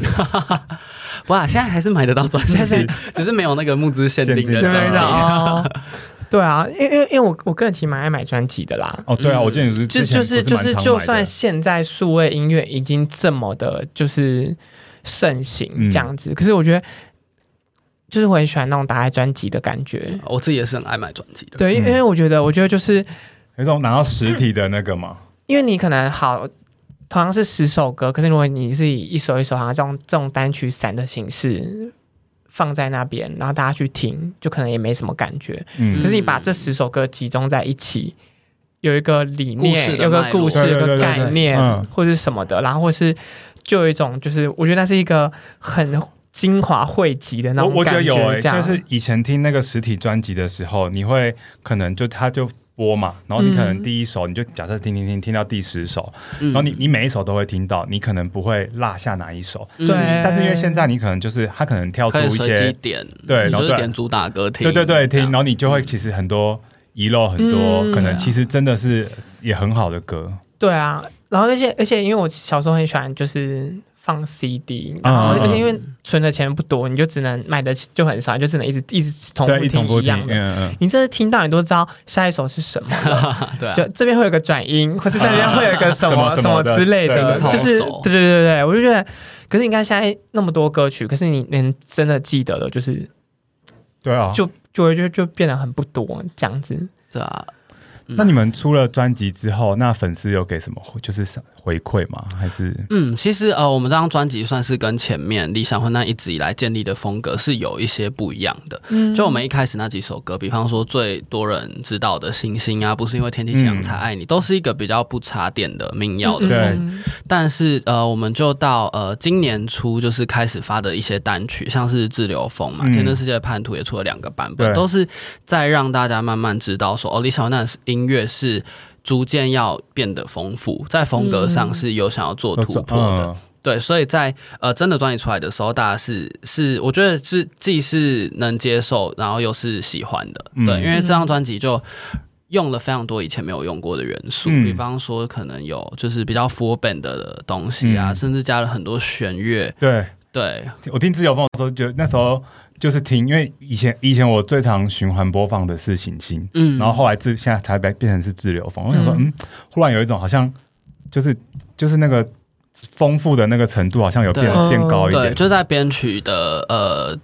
Speaker 4: 哇，现在还是买得到专辑
Speaker 1: 现在，
Speaker 4: 只是没有那个募资限定
Speaker 3: 限定
Speaker 4: 的专辑
Speaker 3: 对
Speaker 1: 哦， 对啊，因为因为因为我我个人其实蛮爱买专辑的啦。
Speaker 3: 哦，对啊，
Speaker 4: 嗯
Speaker 3: 我记得你是
Speaker 1: 就
Speaker 3: 之前
Speaker 1: 就是就
Speaker 3: 不是
Speaker 1: 是，
Speaker 3: 蛮常
Speaker 1: 就
Speaker 3: 买的
Speaker 1: 算现在数位音乐已经这么的，就是盛行
Speaker 3: 嗯
Speaker 1: 这样子，可是我觉得，就是我很喜欢那种打开专辑的感觉。
Speaker 4: 我自己也是很爱买专辑的。
Speaker 1: 对，因为因为我觉得，我觉得就是
Speaker 3: 有种拿到实体的那个嘛，
Speaker 1: 因为你可能好，同样是十首歌，可是如果你是以一首一首，好像这种这种单曲散的形式放在那边，然后大家去听，就可能也没什么感觉。
Speaker 3: 嗯
Speaker 1: 可是你把这十首歌集中在一起，有一个理
Speaker 4: 故事
Speaker 1: 念，
Speaker 4: 的
Speaker 1: 有个
Speaker 4: 脉络
Speaker 1: 故事，
Speaker 3: 对
Speaker 1: 有
Speaker 3: 对对
Speaker 1: 个概念
Speaker 3: 对对嗯，
Speaker 1: 或是什么的，然后或是就有一种就是，我觉得那是一个很精华汇集的那
Speaker 3: 我
Speaker 1: 种
Speaker 3: 我觉
Speaker 1: 感
Speaker 3: 得有诶、
Speaker 1: 这样
Speaker 3: 就是以前听那个实体专辑的时候，你会可能就他就播嘛，然后你可能
Speaker 1: 嗯
Speaker 3: 第一首你就假设听听听听到第十首，
Speaker 4: 嗯
Speaker 3: 然后你你每一首都会听到，你可能不会落下哪一首，
Speaker 4: 嗯
Speaker 1: 对
Speaker 3: 但是因为现在你可能就是他可能跳出
Speaker 4: 可以
Speaker 3: 一
Speaker 4: 随
Speaker 3: 些
Speaker 4: 机，点，
Speaker 3: 对
Speaker 4: 你
Speaker 3: 然后
Speaker 4: 就是
Speaker 3: 对
Speaker 4: 点主打歌听，
Speaker 3: 对对对，
Speaker 4: 这
Speaker 3: 听，
Speaker 4: 样
Speaker 3: 然后你就会其实很多遗漏很多，
Speaker 1: 嗯
Speaker 3: 可能
Speaker 4: 对啊
Speaker 3: 其实真的是也很好的歌，
Speaker 1: 对啊，然后而且而且因为我小时候很喜欢就是放 CD，然后
Speaker 3: 嗯嗯嗯
Speaker 1: 而且因为存的钱不多，你就只能买的就很少，你就只能一直一直重复
Speaker 3: 对，一重
Speaker 1: 听
Speaker 3: 复
Speaker 1: 一
Speaker 3: 听，
Speaker 1: 样
Speaker 3: 嗯
Speaker 1: 的。
Speaker 3: 嗯
Speaker 1: 你甚至听到你都知道下一首是什么，
Speaker 4: 对啊，
Speaker 1: 就这边会有个转音，或是那边会有一个什么什么
Speaker 3: 什么什么的
Speaker 1: 之类的，
Speaker 4: 对
Speaker 1: 就是
Speaker 4: 超熟
Speaker 1: 对对对对，我就觉得，可是你看现在那么多歌曲，可是你能真的记得的，就是
Speaker 3: 对啊。
Speaker 1: 就就会就就变得很不多这样子。
Speaker 4: 对啊，
Speaker 3: 那你们出了专辑之后，那粉丝有给什么回就是回馈吗？还是
Speaker 4: 嗯，其实呃，我们这张专辑算是跟前面理想混蛋一直以来建立的风格是有一些不一样的。
Speaker 1: 嗯
Speaker 4: 就我们一开始那几首歌，比方说最多人知道的《星星》啊，不是因为天气晴朗才爱
Speaker 3: 嗯
Speaker 4: 你，都是一个比较不插电的民谣的
Speaker 3: 对
Speaker 4: 风但是呃，我们就到呃今年初就是开始发的一些单曲，像是《自流风》嘛，
Speaker 3: 嗯
Speaker 4: 天真世界的叛徒》也出了两个版本，
Speaker 3: 对
Speaker 4: 都是在让大家慢慢知道说，哦，李小娜的音乐是逐渐要变得丰富，在风格上是有想要做突破的。
Speaker 3: 嗯
Speaker 4: 对，所以在呃真的专辑出来的时候，大家是是我觉得是既是能接受，然后又是喜欢的，
Speaker 3: 嗯
Speaker 4: 对，因为这张专辑就。用了非常多以前没有用过的元素，
Speaker 3: 嗯
Speaker 4: 比方说可能有就是比较 four band 的东西啊，
Speaker 3: 嗯
Speaker 4: 甚至加了很多弦乐，
Speaker 3: 对，
Speaker 4: 对，
Speaker 3: 我听自由风的时候，就那时候就是听，因为以前以前我最常循环播放的是行星，
Speaker 4: 嗯，
Speaker 3: 然后后来自现在才变变成是自由风。我想说，
Speaker 1: 嗯
Speaker 3: 嗯，忽然有一种好像就是就是那个丰富的那个程度好像有变
Speaker 1: 对
Speaker 3: 变高一
Speaker 4: 对，
Speaker 3: 点。
Speaker 4: 就在编曲的呃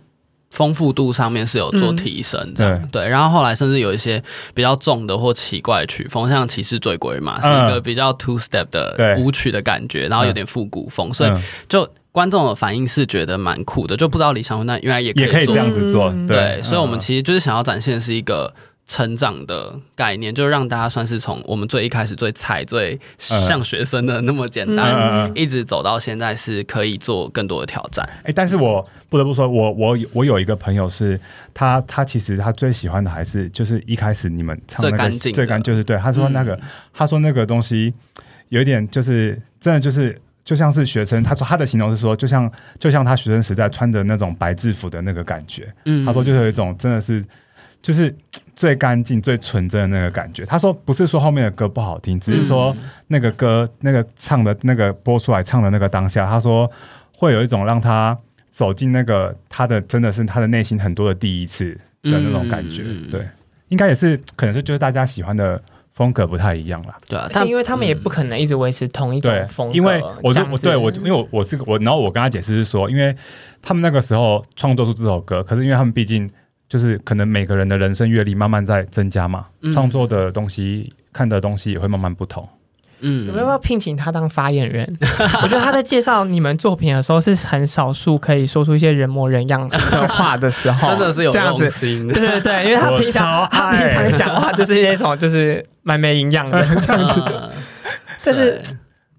Speaker 4: 丰富度上面是有做提升这样、对，然后后来甚至有一些比较重的或奇怪的曲风，像《骑士醉鬼》嘛，是一个比较 two step
Speaker 3: 嗯对
Speaker 4: 的舞曲的感觉，然后有点复古风，所以
Speaker 3: 嗯
Speaker 4: 就观众的反应是觉得蛮酷的，就不知道李祥文那原来也可以
Speaker 3: 也可以
Speaker 4: 做
Speaker 3: 这样子做，
Speaker 1: 嗯
Speaker 3: 对，
Speaker 4: 对，所以我们
Speaker 3: 嗯
Speaker 4: 其实就是想要展现的是一个成长的概念，就是让大家算是从我们最一开始最菜、最像学生的那么简单，
Speaker 3: 嗯嗯嗯
Speaker 4: 一直走到现在是可以做更多的挑战。
Speaker 3: 哎、但是我不得不说，我我有我有一个朋友是，他他其实他最喜欢的还是就是一开始你们唱那
Speaker 4: 最
Speaker 3: 个
Speaker 4: 干净的嗯
Speaker 3: 最干就是对，他说那个、他说那个东西有一点就是真的就是就像是学生，他说他的形容是说，就像就像他学生时代穿着那种白制服的那个感觉，
Speaker 4: 嗯
Speaker 3: 他说就是有一种真的是就是最干净最纯真的那个感觉。他说不是说后面的歌不好听，只
Speaker 4: 嗯
Speaker 3: 是说那个歌那个唱的那个播出来唱的那个当下，他说会有一种让他走进那个他的真的是他的内心很多的第一次的那种感觉。
Speaker 4: 嗯嗯
Speaker 3: 对，应该也是可能是就是大家喜欢的风格不太一样啦。
Speaker 4: 对啊，
Speaker 1: 而且
Speaker 4: 但
Speaker 1: 因为他们也不可能一直维持同一种
Speaker 3: 对
Speaker 1: 风格，
Speaker 3: 因为我
Speaker 1: 这
Speaker 3: 是
Speaker 1: 样
Speaker 3: 我
Speaker 1: 子
Speaker 3: 对我因为我我是我，然后我跟他解释是说，因为他们那个时候创作出这首歌，可是因为他们毕竟就是可能每个人的人生阅历慢慢在增加嘛，
Speaker 4: 嗯
Speaker 3: 创作的东西、看的东西也会慢慢不同。
Speaker 4: 嗯
Speaker 1: 有没有要聘请他当发言人？ 我觉得他在介绍你们作品的时候，是很少数可以说出一些人模人样的话的时候，
Speaker 4: 真的是有
Speaker 1: 这样子
Speaker 4: 用。心
Speaker 1: 对
Speaker 4: 的。
Speaker 1: 对对，因为他
Speaker 3: 我
Speaker 1: 平
Speaker 3: 超
Speaker 1: 常他平
Speaker 3: 爱
Speaker 1: 常讲话就是那种就是蛮没营 养的这样子，
Speaker 4: 嗯
Speaker 1: 但是
Speaker 4: 对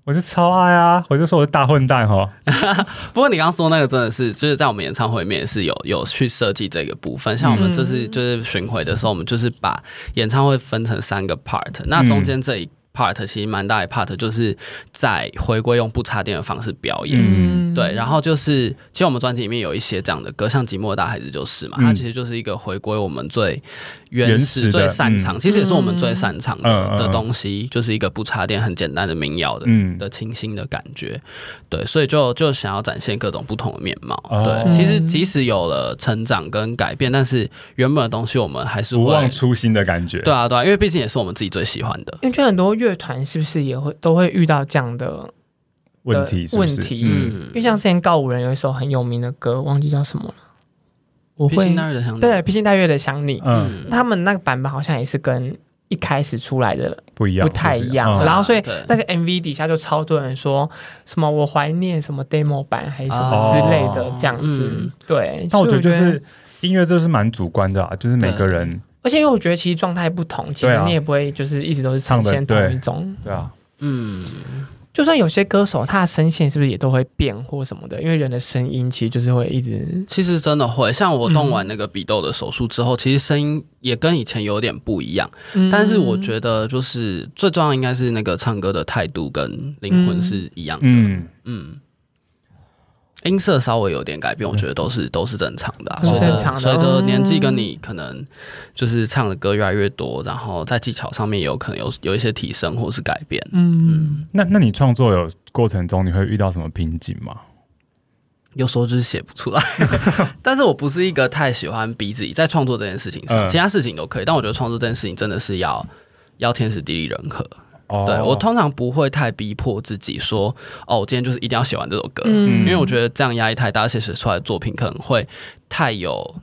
Speaker 3: 我就超爱啊！我就说我是大混蛋哦哈，
Speaker 4: 不过你刚刚说那个真的是，就是在我们演唱会里面也是有有去设计这个部分。像我
Speaker 3: 嗯
Speaker 4: 们这次就是巡回的时候，我们就是把演唱会分成三个 part，那中
Speaker 3: 嗯
Speaker 4: 间这一 part 其实蛮大一 part 就是在回归用不插电的方式表演。
Speaker 3: 嗯
Speaker 4: 对，然后就是，其实我们专辑里面有一些这样的歌，像《寂寞的大孩子》就是嘛，
Speaker 3: 嗯
Speaker 4: 它其实就是一个回归我们最原
Speaker 3: 原
Speaker 4: 始、
Speaker 3: 始的
Speaker 4: 最擅长，
Speaker 3: 嗯
Speaker 4: 其实也是我们最擅长的、
Speaker 3: 嗯嗯嗯
Speaker 4: 的东西，就是一个不插电、很简单的民谣的、
Speaker 3: 嗯
Speaker 4: 的清新的感觉。对，所以就就想要展现各种不同的面貌。
Speaker 3: 哦
Speaker 4: 对，其实即使有了成长跟改变，但是原本的东西我们还是
Speaker 3: 不忘
Speaker 4: 会。
Speaker 3: 初心的感觉。
Speaker 4: 对啊，对啊，因为毕竟也是我们自己最喜欢的。
Speaker 1: 因为就很多乐团是不是也会都会遇到这样的？
Speaker 3: 问题是不是
Speaker 1: 问题
Speaker 3: 嗯，
Speaker 1: 因为像之前告五人有一首很有名的歌，忘记叫什么了，我
Speaker 4: 毕竟
Speaker 1: 会
Speaker 4: 那日的想你
Speaker 1: 对披星戴月的想你，
Speaker 3: 嗯，
Speaker 4: 嗯
Speaker 1: 他们那个版本好像也是跟一开始出来的
Speaker 3: 不一样，
Speaker 1: 不太一样，
Speaker 3: 就是
Speaker 4: 嗯
Speaker 1: 然后所以
Speaker 4: 对
Speaker 1: 那个 MV 底下就超多人说什么我怀念什么 demo 版还是什么
Speaker 4: 哦
Speaker 1: 之类的这样子，
Speaker 4: 嗯
Speaker 1: 对。
Speaker 3: 哦但我觉
Speaker 1: 所以
Speaker 3: 得就是音乐，这是蛮主观的啊，就是每个
Speaker 4: 对
Speaker 3: 人
Speaker 1: 而且因为我觉得其实状态不同，其
Speaker 3: 对
Speaker 1: 实
Speaker 3: 啊
Speaker 1: 你也不会就是一直都是呈现
Speaker 3: 唱得对
Speaker 1: 同一种。
Speaker 3: 对啊，
Speaker 4: 嗯，
Speaker 1: 就算有些歌手他的声线是不是也都会变或什么的，因为人的声音其实就是会一直
Speaker 4: 其实真的会，像我
Speaker 1: 嗯
Speaker 4: 动完那个鼻窦的手术之后，其实声音也跟以前有点不一样。
Speaker 1: 嗯
Speaker 4: 但是我觉得，就是最重要应该是那个唱歌的态度跟灵魂是一样的。
Speaker 3: 嗯，
Speaker 4: 嗯，音色稍微有点改变，我觉得都是都是正常的、啊，
Speaker 1: 都是
Speaker 4: 随着
Speaker 1: 正常的
Speaker 4: 随着年纪
Speaker 1: 嗯
Speaker 4: 跟你可能就是唱的歌越来越多，然后在技巧上面也有可能有有一些提升或是改变。
Speaker 1: 嗯，
Speaker 3: 那那你创作有过程中你会遇到什么瓶颈吗？
Speaker 4: 有时候就是写不 出来，但是我不是一个太喜欢逼自己在创作这件事情上，
Speaker 3: 嗯
Speaker 4: 其他事情都可以，但我觉得创作这件事情真的是要要天时地利人和。
Speaker 3: 哦
Speaker 4: 对我通常不会太逼迫自己说，哦，我今天就是一定要写完这首歌，
Speaker 1: 嗯
Speaker 4: 因为我觉得这样压力太大，而且写出来的作品可能会太有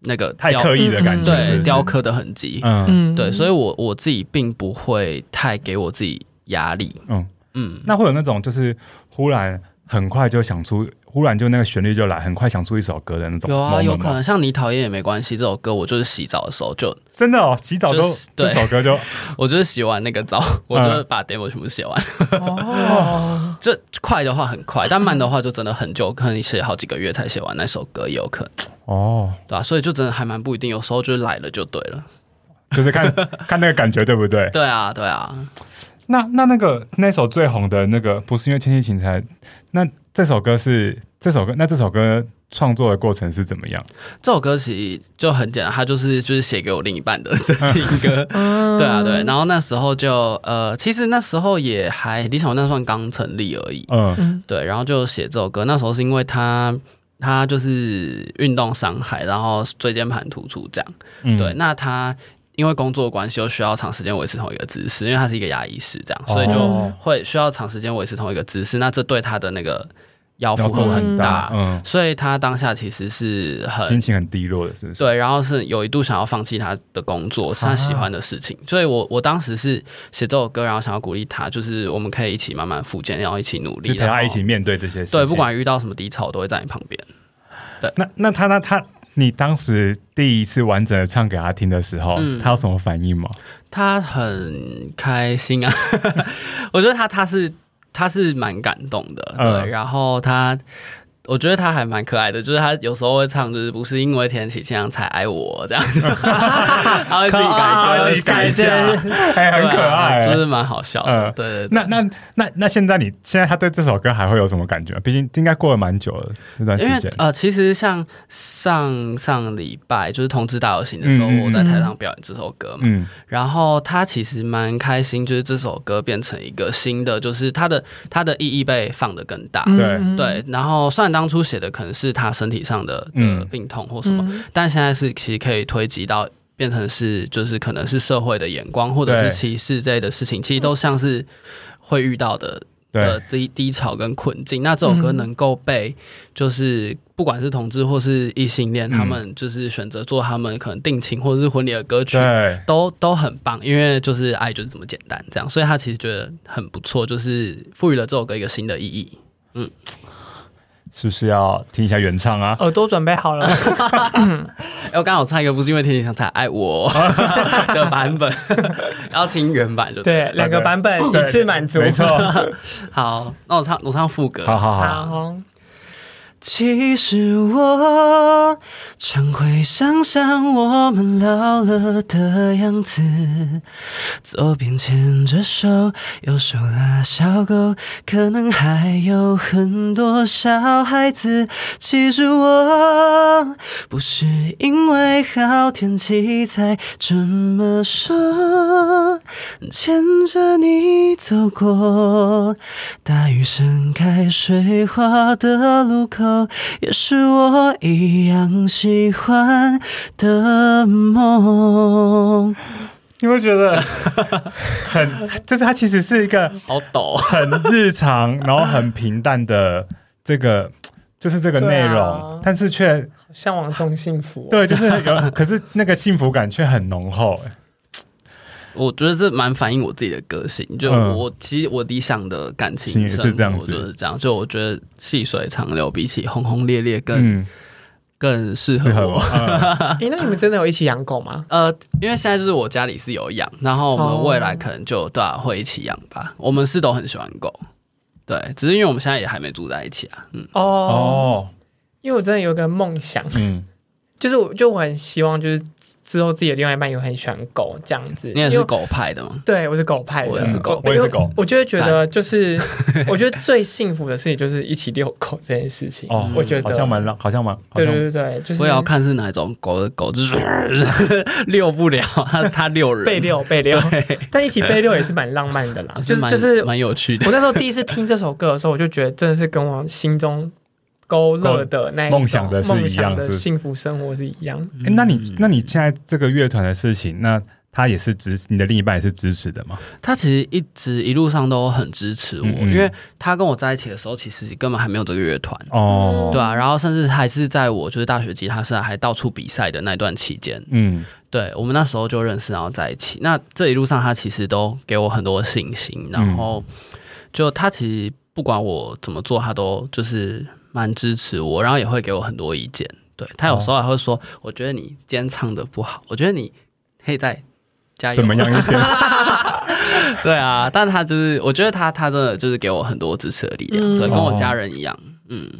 Speaker 4: 那个
Speaker 3: 太
Speaker 4: 雕
Speaker 3: 刻意的感觉，
Speaker 1: 了
Speaker 3: 是不
Speaker 4: 对
Speaker 3: 是
Speaker 4: 雕刻的痕迹。
Speaker 3: 嗯，
Speaker 1: 嗯
Speaker 4: 对，所以我我自己并不会太给我自己压力。
Speaker 3: 嗯
Speaker 4: 嗯，
Speaker 3: 那会有那种就是忽然很快就想出，忽然就那个旋律就来，很快想出一首歌的那种 moment
Speaker 4: 有
Speaker 3: 吗。
Speaker 4: 啊，有可能像你讨厌也没关系这首歌，我就是洗澡的时候就
Speaker 3: 真的哦，洗澡都
Speaker 4: 就是
Speaker 3: 这
Speaker 4: 对
Speaker 3: 首 歌就
Speaker 4: 我就是洗完那个澡，我
Speaker 3: 嗯
Speaker 4: 就是把 demo 全部写完。
Speaker 1: 哦，
Speaker 4: 这快的话很快，但慢的话就真的很久，可能写好几个月才写完那首歌也有可能，
Speaker 3: 哦，
Speaker 4: 对吧、啊所以就真的还蛮不一定，有时候就是来了就对了。
Speaker 3: 就是看看那个感觉对不对？
Speaker 4: 对啊，对啊，
Speaker 3: 那那那个那首最红的那个不是因为天气晴才，那这首歌是这首歌，那这首歌创作的过程是怎么样？
Speaker 4: 这首歌其实就很简单，它就是就是写给我另一半的 这情 歌。
Speaker 3: 嗯
Speaker 4: 对啊，对。然后那时候就呃，其实那时候也哎还理想，那算刚成立而已。
Speaker 3: 嗯
Speaker 1: 嗯
Speaker 4: 对，然后就写这首歌。那时候是因为他他就是运动伤害，然后椎间盘突出这样。
Speaker 3: 嗯，
Speaker 4: 对，那他。因为工作关系又需要长时间维持同一个姿势，因为他是一个牙医师，这样，所以就
Speaker 3: 哦
Speaker 4: 会需要长时间维持同一个姿势，那这对他的那个腰
Speaker 3: 要
Speaker 4: 负荷很
Speaker 3: 很
Speaker 4: 大，
Speaker 3: 嗯，
Speaker 4: 所以他当下其实是很
Speaker 3: 心情很低落的，是不是？
Speaker 4: 对，然后是有一度想要放弃他的工作，
Speaker 3: 啊
Speaker 4: 是他喜欢的事情，所以我我当时是写这首歌，然后想要鼓励他，就是我们可以一起慢慢复健，然后一起努力，
Speaker 3: 就陪他
Speaker 4: 然后
Speaker 3: 一起面对这些事情。
Speaker 4: 对，不管遇到什么低潮，我都会在你旁边。
Speaker 3: 那那他那他，你当时第一次完整的唱给他听的时候，
Speaker 4: 嗯
Speaker 3: 他有什么反 应吗？
Speaker 4: 他很开心啊， 我觉得他他是他是蛮感动的，对，
Speaker 3: 嗯
Speaker 4: 然后他。我觉得他还蛮可爱的，就是他有时候会唱，就是不是因为天气这样才爱我这样 子，他会自己改歌，
Speaker 3: 自己改一下，哎，很
Speaker 4: 对啊
Speaker 3: 可爱。
Speaker 4: 就是蛮好笑的。
Speaker 3: 嗯
Speaker 4: 对对对，
Speaker 3: 那那那那现在你现在他对这首歌还会有什么感觉？毕竟应该过了蛮久了那段时
Speaker 4: 因为
Speaker 3: 间。
Speaker 4: 呃，其实像上上礼拜就是同志大游行的时候，
Speaker 3: 嗯嗯嗯
Speaker 4: 我在台上表演这首歌嘛，
Speaker 3: 嗯，
Speaker 4: 然后他其实蛮开心，就是这首歌变成一个新的，就是它的它的意义被放得更大。
Speaker 3: 对
Speaker 1: 嗯，
Speaker 4: 对，然后虽然当初写的可能是他身体上的的
Speaker 3: 嗯
Speaker 4: 病痛或什么，
Speaker 1: 嗯
Speaker 4: 但现在是其实可以推及到变成是就是可能是社会的眼光或者
Speaker 3: 对
Speaker 4: 是歧视这类的事情，其实都像是会遇到的的
Speaker 3: 对，
Speaker 4: 低低潮跟困境。那这首歌
Speaker 1: 嗯
Speaker 4: 能够被就是不管是同志或是异性恋，
Speaker 3: 嗯
Speaker 4: 他们就是选择做他们可能定情或者是婚礼的歌曲。
Speaker 3: 对，
Speaker 4: 都都很棒，因为就是爱就是这么简单，这样，所以他其实觉得很不错，就是赋予了这首歌一个新的意义。
Speaker 3: 是不是要听一下原唱啊？
Speaker 1: 耳朵准备好了，
Speaker 4: 哎、我刚好唱一个不是因为天气想才爱 我的版本， 要听原版就
Speaker 1: 对，两个版本
Speaker 3: 对
Speaker 1: 一次满足，
Speaker 3: 没 错。
Speaker 4: 好，那我唱我唱副歌。
Speaker 3: 好好好，
Speaker 1: 好，
Speaker 4: 其实我常会想象我们老了的样子，左边牵着手，右手拉小狗，可能还有很多小孩子。其实我不是因为好天气才这么说，牵着你走过大雨盛开水花的路口，也是我一样喜欢的梦。
Speaker 3: 你会觉得很， 就是它其实是一个
Speaker 4: 好抖，
Speaker 3: 很日常，然后很平淡的这个，就是这个内
Speaker 1: 对
Speaker 3: 容
Speaker 1: 啊，
Speaker 3: 但是却
Speaker 1: 向往中幸福、
Speaker 3: 对，就是有， 可是那个幸福感却很浓厚。哎
Speaker 4: 我觉得这蛮反映我自己的个性，就
Speaker 3: 嗯
Speaker 4: 我、其实我理想的感
Speaker 3: 是
Speaker 4: 情
Speaker 3: 也
Speaker 4: 生
Speaker 3: 是
Speaker 4: 活
Speaker 3: 这样子
Speaker 4: 就是这样。就我觉得细水长流比起轰轰烈烈更、
Speaker 3: 嗯，
Speaker 4: 更适合
Speaker 3: 适合
Speaker 4: 我。
Speaker 3: 我。嗯
Speaker 1: 诶那你们真的有一起养狗吗？
Speaker 4: 呃，因为现在就是我家里是有养，然后我
Speaker 1: 哦
Speaker 4: 们未来可能就对啊会一起养吧。我们是都很喜欢狗，对，只是因为我们现在也还没住在一起啊。嗯，
Speaker 1: 哦，
Speaker 3: 哦，
Speaker 1: 因为我真的有一个梦想，
Speaker 3: 嗯，
Speaker 1: 就是我就我很希望就是之后自己的另外一半有很喜欢狗这样子。
Speaker 4: 你也
Speaker 1: 因
Speaker 4: 是
Speaker 1: 为
Speaker 4: 狗派的吗？
Speaker 1: 对，我是狗派的，
Speaker 4: 我也是狗
Speaker 3: 嗯我也是狗
Speaker 1: 因为我就会觉得就是我觉得最幸福的事情就是一起遛狗这件事情。
Speaker 3: 哦
Speaker 1: 我觉
Speaker 3: 好像
Speaker 1: 得。
Speaker 3: 蛮浪，好像蛮，好
Speaker 1: 对
Speaker 3: 像
Speaker 1: 对对对，就是
Speaker 4: 我也要看是哪种狗，狗就是 遛不了，它它遛人，啊
Speaker 1: 被遛被遛，但一起被遛也是蛮浪漫的啦。就是
Speaker 4: 蛮
Speaker 1: 就是
Speaker 4: 蛮有趣的。
Speaker 1: 我那时候第一次听这首歌的时候，我就觉得真的是跟我心中勾勒的那一种
Speaker 3: 梦想的是一样
Speaker 1: 梦想
Speaker 3: 是
Speaker 1: 的
Speaker 3: 不是
Speaker 1: 幸福生活是一样。
Speaker 3: 诶那你那你现在这个乐团的事情，那他也是支，你的另一半也是支持的吗？
Speaker 4: 他其实一直一路上都很支持我，
Speaker 3: 嗯嗯
Speaker 4: 因为他跟我在一起的时候，其实根本还没有这个乐团，
Speaker 3: 哦，
Speaker 4: 对啊，然后甚至还是在我就是大学吉他社还到处比赛的那段期间，
Speaker 3: 嗯，
Speaker 4: 对我们那时候就认识，然后在一起。那这一路上他其实都给我很多信心，然后就他其实不管我怎么做，他都就是蛮支持我，然后也会给我很多意见。对他有时候还会说，我觉得你今天唱的不好，我觉得你可以再加油，
Speaker 3: 怎么样一点？
Speaker 4: 对啊，但他就是，我觉得他他真的就是给我很多支持的力量，
Speaker 1: 嗯
Speaker 4: 对，跟我
Speaker 3: 哦
Speaker 4: 家人一样，嗯，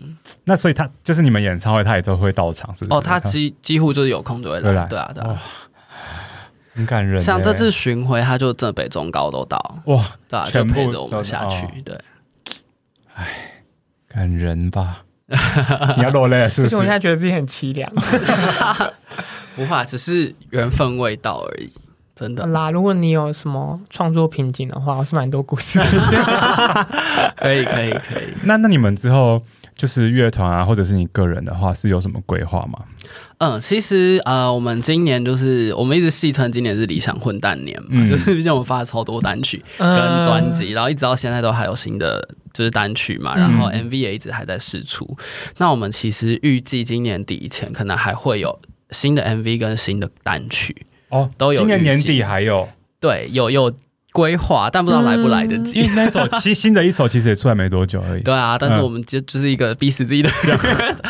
Speaker 3: 那所以他就是你们演唱会，他也都会到场，是不是？
Speaker 4: 哦，他几几乎就是有空就会
Speaker 3: 会
Speaker 4: 来，
Speaker 3: 来
Speaker 4: 对啊对啊，
Speaker 3: 很感人耶。
Speaker 4: 像这次巡回，他就真的北中高都到，
Speaker 3: 哇，
Speaker 4: 对啊，就
Speaker 3: 全部
Speaker 4: 陪着我们
Speaker 3: 都
Speaker 4: 下
Speaker 3: 到
Speaker 4: 去，对，
Speaker 3: 感人 吧？你要落泪了啊是
Speaker 1: 而且
Speaker 3: 不是
Speaker 1: 我？现在觉得自己很凄凉。
Speaker 4: 无法，只是缘分未到而已，真
Speaker 1: 好
Speaker 4: 的
Speaker 1: 啦，如果你有什么创作瓶颈的话，我是蛮多故事。
Speaker 4: 可以可以可以，
Speaker 3: 那那你们之后就是乐团啊，或者是你个人的话，是有什么规划吗？
Speaker 4: 嗯，其实呃，我们今年就是我们一直戏称今年是理想混蛋年嘛，
Speaker 3: 嗯
Speaker 4: 就是毕竟我们发了超多单曲 跟
Speaker 1: 嗯
Speaker 4: 专辑，然后一直到现在都还有新的就是单曲嘛，然后
Speaker 3: 嗯
Speaker 4: MV 也一直还在试出。那我们其实预计今年底以前可能还会有新的 MV 跟新的单曲，
Speaker 3: 哦，
Speaker 4: 都有
Speaker 3: 今年
Speaker 4: 预计
Speaker 3: 年底还有，
Speaker 4: 对，有有规划，但不知道来不来得及。
Speaker 3: 因为那首新新的一首其实也 出来没多久而已。
Speaker 4: 对啊，但是
Speaker 3: 嗯
Speaker 4: 我们就就是一个逼死 自己的人，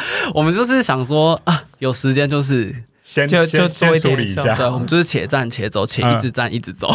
Speaker 4: 我们就是想说啊，有时 间就是
Speaker 3: 先
Speaker 1: 就就
Speaker 3: 先
Speaker 1: 做
Speaker 3: 先
Speaker 1: 一点
Speaker 3: 梳理一下，
Speaker 4: 对，我们就是且战且走，且
Speaker 3: 嗯
Speaker 4: 一直战一直走。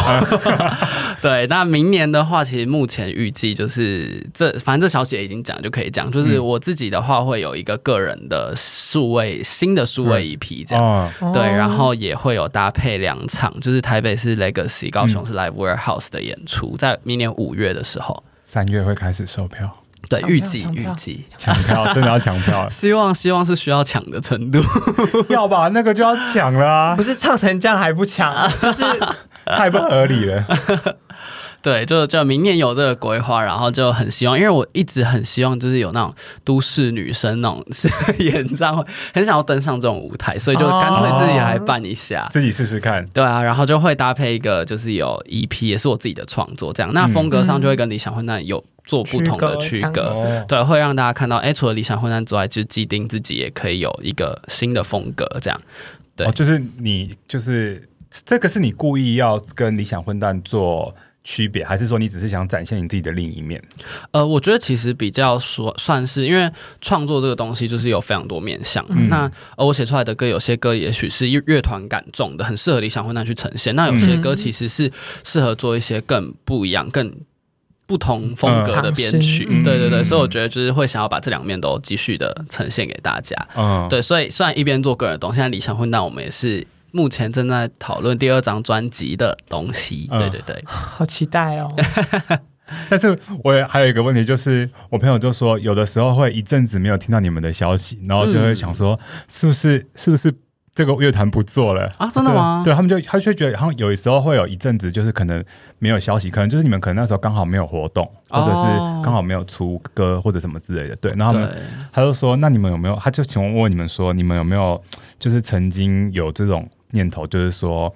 Speaker 4: 对，那明年的话，其实目前预计就是这，反正这消息也已经讲就可以讲，就是
Speaker 3: 嗯
Speaker 4: 我自己的话会有一个个人的数位新的数位 EP 这样。
Speaker 3: 哦，
Speaker 4: 对，然后也会有搭配两场，就是台北是 Legacy，高
Speaker 3: 嗯
Speaker 4: 雄是 Live Warehouse 的演出，在明年五月的时候，
Speaker 3: 三月会开始售票，
Speaker 4: 对，
Speaker 1: 抢票
Speaker 4: 预计
Speaker 1: 抢
Speaker 4: 预
Speaker 1: 票
Speaker 4: 计，
Speaker 3: 抢 票真的要抢票了，
Speaker 4: 希望希望是需要抢的程度，
Speaker 3: 要吧？那个就要抢了啊
Speaker 1: 不，是唱成这样还不强，
Speaker 4: 啊
Speaker 1: 就是
Speaker 3: 太不合理了。
Speaker 4: 对，就就明年有这个规划，然后就很希望，因为我一直很希望就是有那种都市女生那种是演唱会，很想要登上这种舞台，所以就干脆自己来办一下。
Speaker 3: 自己试试看。
Speaker 4: 对啊，然后就会搭配一个，就是有 EP，也是我自己的创作，这样那风格上就会跟理想混蛋有做不同的区
Speaker 1: 区
Speaker 4: 隔，
Speaker 1: 隔这样子
Speaker 3: 哦，
Speaker 4: 对，会让大家看到，哎，除了理想混蛋之外，就是既定自己也可以有一个新的风格，这样。对
Speaker 3: 哦就是你就是这个是你故意要跟理想混蛋做区别，还是说你只是想展现你自己的另一面？
Speaker 4: 呃，我觉得其实比较说算是，因为创作这个东西就是有非常多面向。
Speaker 3: 嗯
Speaker 4: 那、呃、我写出来的歌，有些歌也许是乐乐团感重的，很适合理想混蛋去呈现；那有些
Speaker 3: 嗯
Speaker 4: 歌其实是适合做一些更不一样、更不同风格的编曲。
Speaker 1: 嗯
Speaker 4: 对对对，
Speaker 3: 嗯
Speaker 4: 所以我觉得就是会想要把这两面都继续的呈现给大家。
Speaker 3: 嗯，
Speaker 4: 对，所以虽然一边做个人的东西，现在理想混蛋我们也是。目前正在讨论第二张专辑的东西，
Speaker 3: 嗯
Speaker 4: 对对对，
Speaker 1: 好期待哦。
Speaker 3: 但是我也还有一个问题，就是我朋友就说，有的时候会一阵子没有听到你们的消息，然后就会想说，是不是是不是这个乐团不做了
Speaker 4: 啊真的吗
Speaker 3: 对对他们就他就觉得，好像有时候会有一阵子，就是可能没有消息，可能就是你们可能那时候刚好没有活动，或者是
Speaker 4: 哦
Speaker 3: 刚好没有出歌或者什么之类的。对，然后他们
Speaker 4: 对，
Speaker 3: 他就说，那你们有没有？他就请问问你们说，你们有没有就是曾经有这种念头，就是说，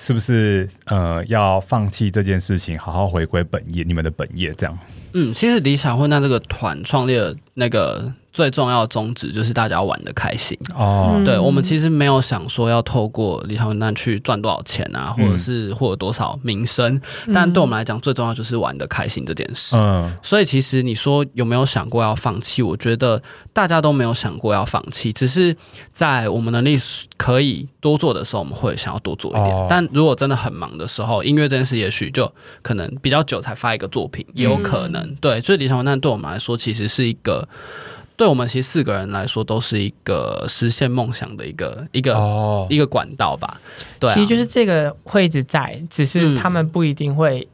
Speaker 3: 是不是呃要放弃这件事情，好好回归本业，你们的本业这样？
Speaker 4: 嗯，其实理想混蛋这个团创立的那个最重要的宗旨就是大家玩的开心。啊
Speaker 3: 哦，
Speaker 1: 嗯
Speaker 4: 对我们其实没有想说要透过理想混蛋去赚多少钱啊，或者
Speaker 3: 嗯
Speaker 4: 是获得多少名声，但对我们来讲最重要就是玩的开心这件事。
Speaker 3: 嗯
Speaker 4: 所以其实你说有没有想过要放弃？我觉得大家都没有想过要放弃，只是在我们能力可以多做的时候，我们会想要多做一点。
Speaker 3: 哦
Speaker 4: 但如果真的很忙的时候，音乐这件事也许就可能比较久才发一个作品，也有可能。
Speaker 1: 嗯
Speaker 4: 对，所以理想混蛋对我们来说，其实是一个。对我们其实四个人来说，都是一个实现梦想的一个一个、
Speaker 3: 哦，
Speaker 4: 一个管道吧。对、啊，
Speaker 1: 其实就是这个会一直在，只是
Speaker 4: 嗯
Speaker 1: 他们不一定会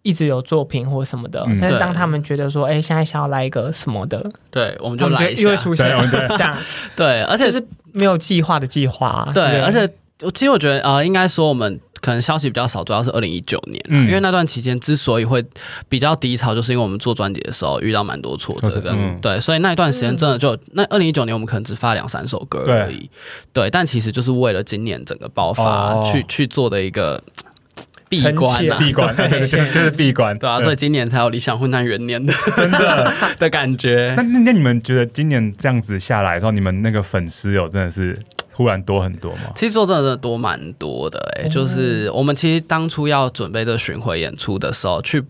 Speaker 1: 一直有作品或什么的。
Speaker 3: 嗯
Speaker 1: 但是当
Speaker 4: 对
Speaker 1: 他们觉得说，哎、现在想要来一个什么的，
Speaker 4: 对，我们
Speaker 1: 他
Speaker 4: 就
Speaker 1: 们
Speaker 4: 来一
Speaker 1: 就又会
Speaker 4: 下。
Speaker 1: 出现
Speaker 3: 对我们就
Speaker 1: 这样，
Speaker 4: 对， 而
Speaker 1: 而
Speaker 4: 且
Speaker 1: 且是没有计划的计划啊、
Speaker 4: 对，
Speaker 1: 不
Speaker 4: 而且我其实我觉得呃，应该说我们可能消息比较少，主要是二零一九年啊、
Speaker 3: 嗯
Speaker 4: 因为那段期间之所以会比较低潮，就是因为我们做专辑的时候遇到蛮多挫折
Speaker 3: 挫折
Speaker 4: 跟、
Speaker 3: 嗯
Speaker 4: 对，所以那一段时间真的就、那二零一九年我们可能只发两三首歌而已，对，但其实就是为了今年整个爆发、
Speaker 3: 哦
Speaker 4: 去去做的一个嘖闭
Speaker 1: 臣
Speaker 4: 关、
Speaker 1: 妾
Speaker 4: 啊。
Speaker 3: 闭 关，对对，就是就是闭关，
Speaker 4: 对啊，所以今年才有理想混蛋元年的真的 的感觉
Speaker 3: 那。那那你们觉得今年这样子下来的时候，你们那个粉丝有真的是忽然多很多吗？
Speaker 4: 其实做真的多蛮多的、
Speaker 3: 嗯
Speaker 4: 欸，就是我们其实当初要准备这巡回演出的时候，去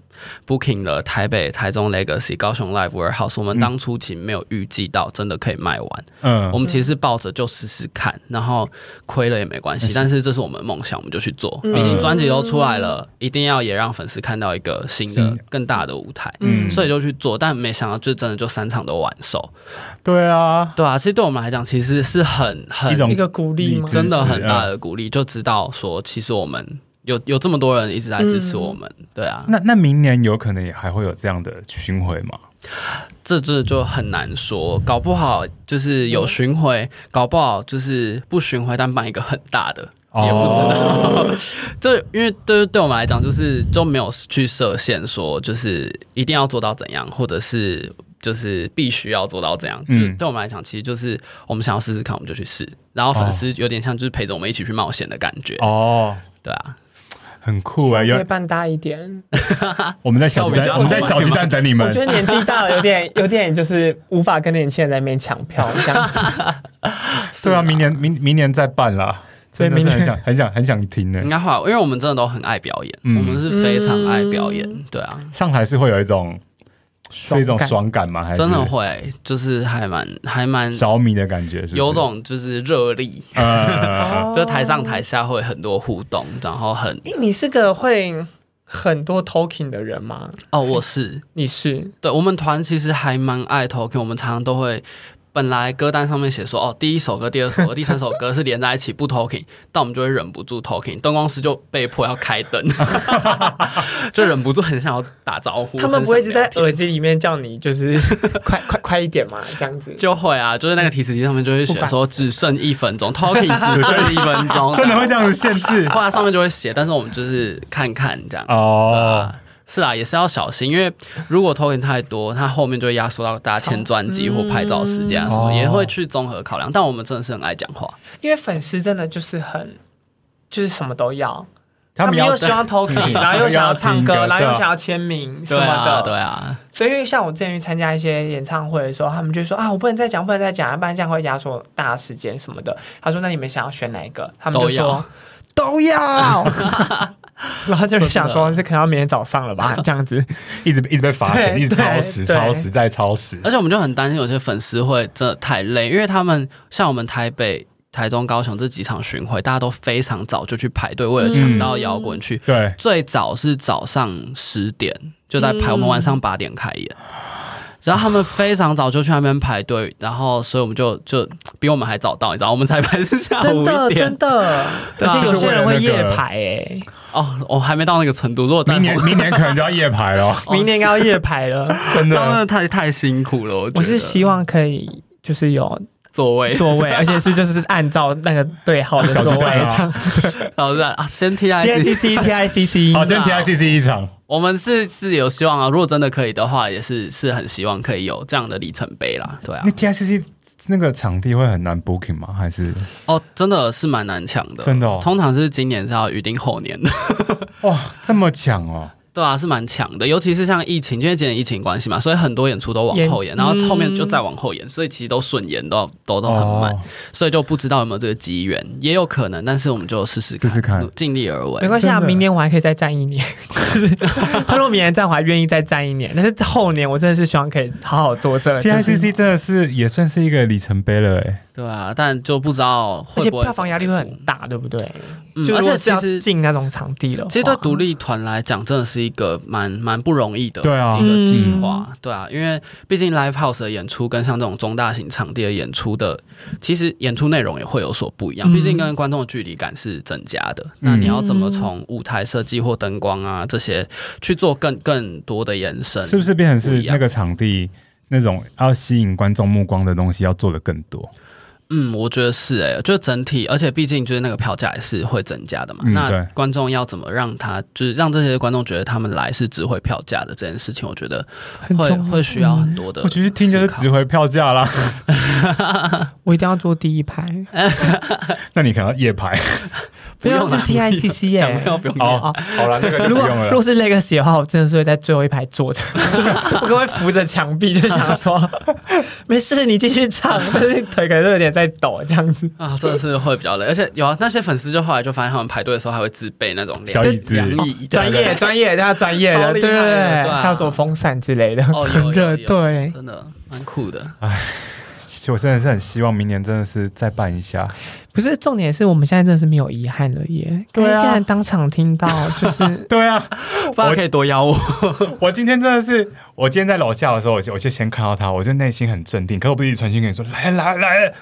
Speaker 4: booking 了台北、台中 Legacy、高雄 Live Warehouse，我们当初其实没有预计到真的可以卖完，
Speaker 3: 嗯，
Speaker 4: 我们其实是抱着就试试看，然后亏了也没
Speaker 3: 嗯
Speaker 4: 关系，但是这是我们的梦想，我们就去做，
Speaker 1: 嗯
Speaker 4: 毕竟专辑都出来了，一定要也让粉丝看到一个新
Speaker 3: 新
Speaker 4: 的
Speaker 3: 的、
Speaker 4: 更大的舞台。
Speaker 3: 嗯
Speaker 4: 所以就去做，但没想到就真的就三场都完售，
Speaker 3: 对啊，
Speaker 4: 对啊，其实对我们来讲，其实是很很
Speaker 3: 一种
Speaker 1: 一个鼓励吗
Speaker 3: 励？志
Speaker 4: 真的很大的鼓励，就知道说，其实我们有有这么多人一直在支持我们，对啊，
Speaker 3: 那那明年有可能也还会有这样的巡回吗？
Speaker 4: 这这就很难说，搞不好就是有巡回，搞不好就是不巡回，但办一个很大的。也不知道， 这因为对对我们来讲，就是就没有去设限，说就是一定要做到怎样，或者是就是必须要做到这样。
Speaker 3: 嗯
Speaker 4: 嗯，对我们来讲，其实就是我们想要试试看，我们就去试。然后粉丝有点像就是陪着我们一起去冒险的感觉，
Speaker 3: 哦，
Speaker 4: 对啊。
Speaker 3: 很酷哎、
Speaker 1: 可以
Speaker 3: 有
Speaker 1: 办大一点。
Speaker 3: 我们在小
Speaker 4: 那我
Speaker 3: 鸡蛋，
Speaker 4: 们家
Speaker 3: 我们在小鸡蛋等你们
Speaker 1: 我觉。得年纪大了有点有点就是无法跟年轻人在那边抢票这样 子。
Speaker 3: 对啊，明年明明年再办啦。
Speaker 1: 对
Speaker 3: 真的是
Speaker 1: 明年
Speaker 3: 很想很想很想听呢、
Speaker 4: 应该会啊，因为我们真的都很爱表演，
Speaker 3: 嗯
Speaker 4: 我们是非常
Speaker 1: 嗯
Speaker 4: 爱表演，对啊，
Speaker 3: 上台是会有一种是一种
Speaker 1: 感
Speaker 3: 爽感吗？还是
Speaker 4: 真的会，就是还蛮还蛮
Speaker 3: 着迷的感觉是不是？
Speaker 4: 有种就是热力，
Speaker 3: 呃，，
Speaker 4: 就台
Speaker 1: 哦
Speaker 4: 上台下会很多互动，然后很
Speaker 1: 诶你是个会很多 talking 的人吗？
Speaker 4: 哦，我是
Speaker 1: 你是
Speaker 4: 对我们团其实还蛮爱 talking，我们常常都会。本来歌单上面写说，哦，第一首歌、第二首歌、第三首歌是连在一起不 talking，但我 们就会忍不住 talking，灯光师就被迫要开灯， 就忍不住很想要打招呼。
Speaker 1: 他们不会一直在
Speaker 4: 很想聊天
Speaker 1: 耳机里面叫你就是 快快快一点嘛这样子。
Speaker 4: 就会啊，就是那个提词机上面就会写说只剩一分钟，talking 只剩一分钟
Speaker 3: 真的会这样子限制
Speaker 4: 然后。后来上面就会写，但是我们就是看看这样。
Speaker 3: 哦，
Speaker 4: 啊，是啊，也是要小心，因为如果 talking 太多，它后面就会压缩到大家签专辑或拍照时间啊什么，
Speaker 3: 嗯
Speaker 4: 也会去综合考量。但我们真的是很爱讲话，
Speaker 1: 因为粉丝真的就是很，就是什么都要，
Speaker 3: 他们要
Speaker 1: 又希望 talking，
Speaker 3: 听
Speaker 1: 然后又想要唱
Speaker 3: 他
Speaker 1: 歌，
Speaker 3: 们要听歌
Speaker 1: 然后又
Speaker 3: 对啊
Speaker 1: 想要签名什
Speaker 4: 对
Speaker 1: 么
Speaker 4: 啊，
Speaker 1: 的。
Speaker 4: 对啊，
Speaker 1: 所以像我之前去参加一些演唱会的时候，他们就说啊，我不能再讲，不能再讲，不然这样会压缩大时间什么的。他说那你们想要选哪一个？他们就说都要。然后就想说，这可能要明天早上了吧，这样子。
Speaker 3: 一直一直被罚钱，
Speaker 1: 对
Speaker 3: 一直超时，
Speaker 1: 对
Speaker 3: 超时再超时。
Speaker 4: 而且我们就很担心有些粉丝会真的太累，因为他们像我们台北。台中、高雄这几场巡回，大家都非常早就去排队，为了抢
Speaker 3: 嗯
Speaker 4: 到摇滚区。
Speaker 3: 对，
Speaker 4: 最早是早上十点就在排，
Speaker 1: 嗯
Speaker 4: 我们晚上八点开演。然后他们非常早就去那边排队，然后所以我们就就比我们还早到，你知道，我们才排是下
Speaker 1: 真
Speaker 4: 午
Speaker 1: 的
Speaker 4: 一点
Speaker 1: 真的，而
Speaker 4: 对啊
Speaker 1: 且有些人会
Speaker 3: 就是为
Speaker 1: 夜
Speaker 3: 了那个
Speaker 1: 排哎，
Speaker 4: 哦，我还没到那个程度。如果再
Speaker 3: 明年明年可能就要夜排哦了，
Speaker 4: 哦
Speaker 1: 明年应该要夜排了。
Speaker 3: 真
Speaker 4: 真的
Speaker 3: 的。
Speaker 4: 太太辛苦了，我觉得
Speaker 1: 我是希望可以就是有
Speaker 4: 座位，
Speaker 1: 座位，而且是就是按照那个对号的座位。这样
Speaker 4: 然后是 啊，先 T I
Speaker 1: T I C
Speaker 4: C，
Speaker 1: C T I C C，
Speaker 3: 好，先 TICC 一场，
Speaker 4: 我们是是有希望啊。如果真的可以的话，也是是很希望可以有这样的里程碑啦。对啊
Speaker 3: 那，TICC 那个场地会很难 booking 吗？还是
Speaker 4: 哦，真的是蛮难抢的，
Speaker 3: 真的哦
Speaker 4: 通常是今年是要预定后年的。
Speaker 3: 哇这么抢哦？
Speaker 4: 对啊，是蛮强的，尤其是像疫情，因为今年疫情关系嘛，所以很多演出都往后
Speaker 1: 延
Speaker 4: 延，然后后面就再往后
Speaker 1: 嗯
Speaker 4: 延，所以其实都顺延都都都很慢，
Speaker 3: 哦
Speaker 4: 所以就不知道有没有这个机缘，也有可能，但是我们就试试看，
Speaker 3: 试试看
Speaker 4: 尽力而
Speaker 1: 没
Speaker 4: 为。
Speaker 1: 关系啊，
Speaker 3: 真的
Speaker 1: 明年我还可以再站一 年。就是他说明年站，我还愿意再站一年。但是后年我真的是希望可以好好做这。就是
Speaker 3: ，TICC 真的是也算是一个里程碑了哎。
Speaker 4: 对啊，但就不知道
Speaker 1: 而
Speaker 4: 会
Speaker 1: 且
Speaker 4: 不会
Speaker 1: 票房压力会很大，对不对？
Speaker 4: 嗯
Speaker 1: 就
Speaker 4: 而
Speaker 1: 如果是
Speaker 4: 且其
Speaker 1: 要
Speaker 4: 实
Speaker 1: 进那种场地了，
Speaker 4: 其实对独立团来讲，真的是一个蛮蛮不容易的。
Speaker 3: 对啊
Speaker 4: 一个计
Speaker 1: 嗯
Speaker 4: 划，对啊，因为毕竟 live house 的演出跟像这种中大型场地的演出的，其实演出内容也会有所不一样。
Speaker 1: 嗯
Speaker 4: 毕竟跟观众的距离感是增加的，
Speaker 3: 嗯
Speaker 4: 那你要怎么从舞台设计或灯光啊这些去做更更多的延伸？
Speaker 3: 是不是变成
Speaker 4: 不
Speaker 3: 是
Speaker 4: 一样
Speaker 3: 那个场地那种要吸引观众目光的东西要做的更多？
Speaker 4: 嗯，我觉得是哎、就整体，而且毕竟就是那个票价也是会增加的嘛。
Speaker 3: 嗯
Speaker 4: 那
Speaker 3: 对
Speaker 4: 观众要怎么让他，就是让这些观众觉得他们来是值回票价的这件事情，我觉得会会
Speaker 1: 嗯
Speaker 4: 需要很多的
Speaker 3: 嗯我
Speaker 4: 思考。
Speaker 3: 觉得听就是啊值回票价啦。
Speaker 1: 我一定要坐第一排，
Speaker 3: 那你可能要夜排
Speaker 1: 不
Speaker 4: 不
Speaker 1: 用
Speaker 4: 用
Speaker 1: 啊就
Speaker 4: 啦
Speaker 1: T I C C
Speaker 4: 讲
Speaker 1: 耶
Speaker 4: 不。要不用
Speaker 3: 哦
Speaker 1: 哦
Speaker 3: 好了，那个
Speaker 1: 如果如果。是 Legacy 的话，我真的是会在最后一排坐着， 就是我可能会扶着墙壁，就想说 没事，你继续唱，但是腿可能都有点在抖这样 子。
Speaker 4: 啊，真的是会比较累，而且有啊，那些粉丝就后来就发现他们排队的时候还会自备那种
Speaker 3: 小
Speaker 4: 凉
Speaker 3: 椅子，
Speaker 4: 凉椅，
Speaker 1: 哦专业专业，大家专业
Speaker 4: 超
Speaker 1: 的，
Speaker 4: 厉
Speaker 1: 对
Speaker 4: 害的
Speaker 1: 对
Speaker 4: 对
Speaker 1: 对，
Speaker 4: 啊
Speaker 1: 还有什么风扇之类的，
Speaker 4: 哦有有
Speaker 1: 很热，
Speaker 4: 有
Speaker 1: 对。
Speaker 4: 真的蛮酷的。
Speaker 3: 其实我真的是很希望明年真的是再办一下。
Speaker 1: 不是重点是我们现在真的是没有遗憾了耶，
Speaker 3: 对啊
Speaker 1: 刚才竟然当场听到， 就是
Speaker 3: 对啊，
Speaker 4: 不然可以多邀我，
Speaker 3: 我今天真的是，我今天在楼下的时候，我就我就先看到他，我就内心很镇定。可我不是一直传讯给你说，来来来，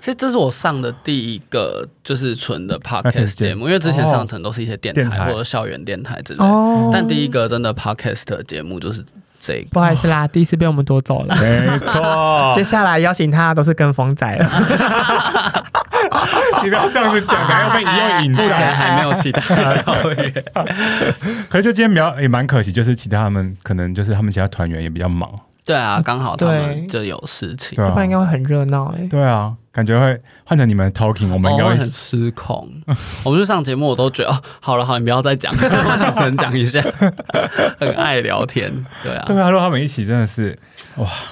Speaker 4: 其实这是我上的第一个就是纯的
Speaker 3: podcast
Speaker 4: podcast 节目，因为之前上的都是一些电
Speaker 3: 电
Speaker 4: 台
Speaker 3: 台
Speaker 4: 或者校园电台之类的，
Speaker 1: 哦，
Speaker 4: 但第一个真的 podcast 的节目就是这个。
Speaker 1: 不好意思
Speaker 4: 哦
Speaker 1: 啦，第一次被我们夺走了。
Speaker 3: 没错
Speaker 1: 接，下来邀请他的都是跟风仔了，
Speaker 3: 啊你不要这样子 讲，还要被引诱
Speaker 4: 目
Speaker 3: 引
Speaker 4: 前
Speaker 3: 战。
Speaker 4: 还没有期待到耶
Speaker 3: 可是就今天比较也蛮可惜，就是其他他们可能就是他们其他团员也比较忙，
Speaker 4: 对啊，刚好他
Speaker 1: 对
Speaker 4: 们就有事情
Speaker 3: 对，
Speaker 1: 要不然应该
Speaker 3: 啊，
Speaker 1: 会很热闹哎。
Speaker 3: 对啊，感觉会换成你们 talking，我们应该
Speaker 4: 哦
Speaker 3: 会
Speaker 4: 会很失控。 我们就上节目，我都觉得哦，好了好了，你不要再讲，我只能讲一下，很爱聊天，对啊，
Speaker 3: 对啊，如果他们一起真的是，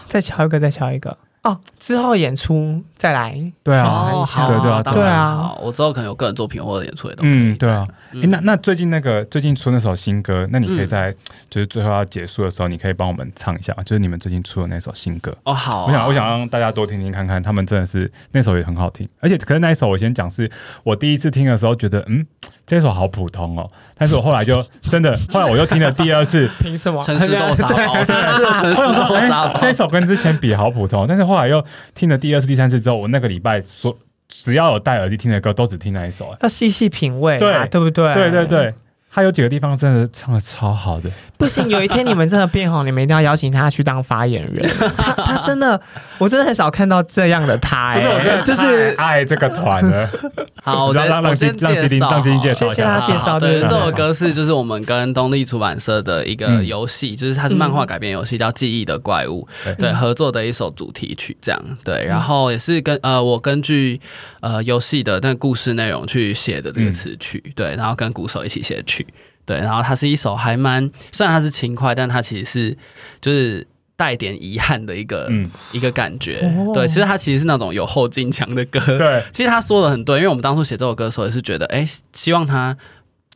Speaker 1: 再敲一个，再敲一个哦。之后演出再来，
Speaker 3: 对啊，
Speaker 1: 哦
Speaker 4: 好
Speaker 3: 对对啊
Speaker 4: 当
Speaker 1: 对
Speaker 4: 然
Speaker 1: 啊
Speaker 4: 好，我之后可能有个人作品或者演出也都可以
Speaker 3: 嗯，对啊。
Speaker 4: 这
Speaker 3: 诶，
Speaker 4: 样，
Speaker 3: 那那最近那个最近出那首新歌，那你可以
Speaker 4: 嗯
Speaker 3: 在就是最后要结束的时候，你可以帮我们唱一下吗，就是你们最近出的那首新歌。
Speaker 4: 哦好啊，
Speaker 3: 我想，我想让大家多听听看看，他们真的是那首也很好听，而且可是那一首我先讲，是我第一次听的时候觉得，嗯，这首好普通哦，但是我后来就真的，后来我又听了第二次，
Speaker 1: 凭什么？
Speaker 4: 诚实豆 沙包，真的是诚实
Speaker 3: 我 想说
Speaker 4: 豆沙
Speaker 3: 哎
Speaker 4: 包，
Speaker 3: 这首跟之前比好普通，但是后来又听了第二次、第三次之后，我那个礼拜所只要有戴耳机听的歌，都只听那一首，哎
Speaker 1: 要细细品味啊，
Speaker 3: 对
Speaker 1: 对不对？
Speaker 3: 对对，对，它有几个地方真的唱的超好的，
Speaker 1: 不行，有一天你们真的变红，你们一定要邀请他去当发言人。他他真的，我真的很少看到这样的他
Speaker 3: 不是 我真
Speaker 1: 哎，
Speaker 3: 的
Speaker 1: 就是
Speaker 3: 太爱这个团 了，
Speaker 4: 好，我再
Speaker 3: 让让
Speaker 4: 我先
Speaker 3: 让基
Speaker 4: 介
Speaker 3: 丁
Speaker 4: 绍好
Speaker 3: 让
Speaker 4: 了，
Speaker 3: 基丁介
Speaker 1: 谢
Speaker 3: 绍一
Speaker 1: 谢
Speaker 3: 下
Speaker 1: 他介绍，
Speaker 4: 对，
Speaker 1: 对
Speaker 4: 这首
Speaker 1: 对。
Speaker 4: 歌是就是我们跟东立出版社的一个
Speaker 3: 嗯
Speaker 4: 游戏，就是它是漫画改编游戏，叫《记忆的怪物》，
Speaker 3: 嗯对嗯
Speaker 4: 对，合作的一首主题曲，这样对，然后也是跟呃，我根据呃游戏的那个故事内容去写的
Speaker 3: 嗯
Speaker 4: 这个词曲，对，然后跟鼓手一起写的曲，对，然后它是一首还蛮，虽然它是轻快，但它其实是就是。带点遗憾的一个、
Speaker 3: 嗯
Speaker 4: 一个感觉，
Speaker 1: 哦
Speaker 4: 对，其实它其实是那种有后劲强的歌，
Speaker 3: 对，
Speaker 4: 其实他说的很对，因为我们当初写这首歌的时候也是觉得，哎、希望它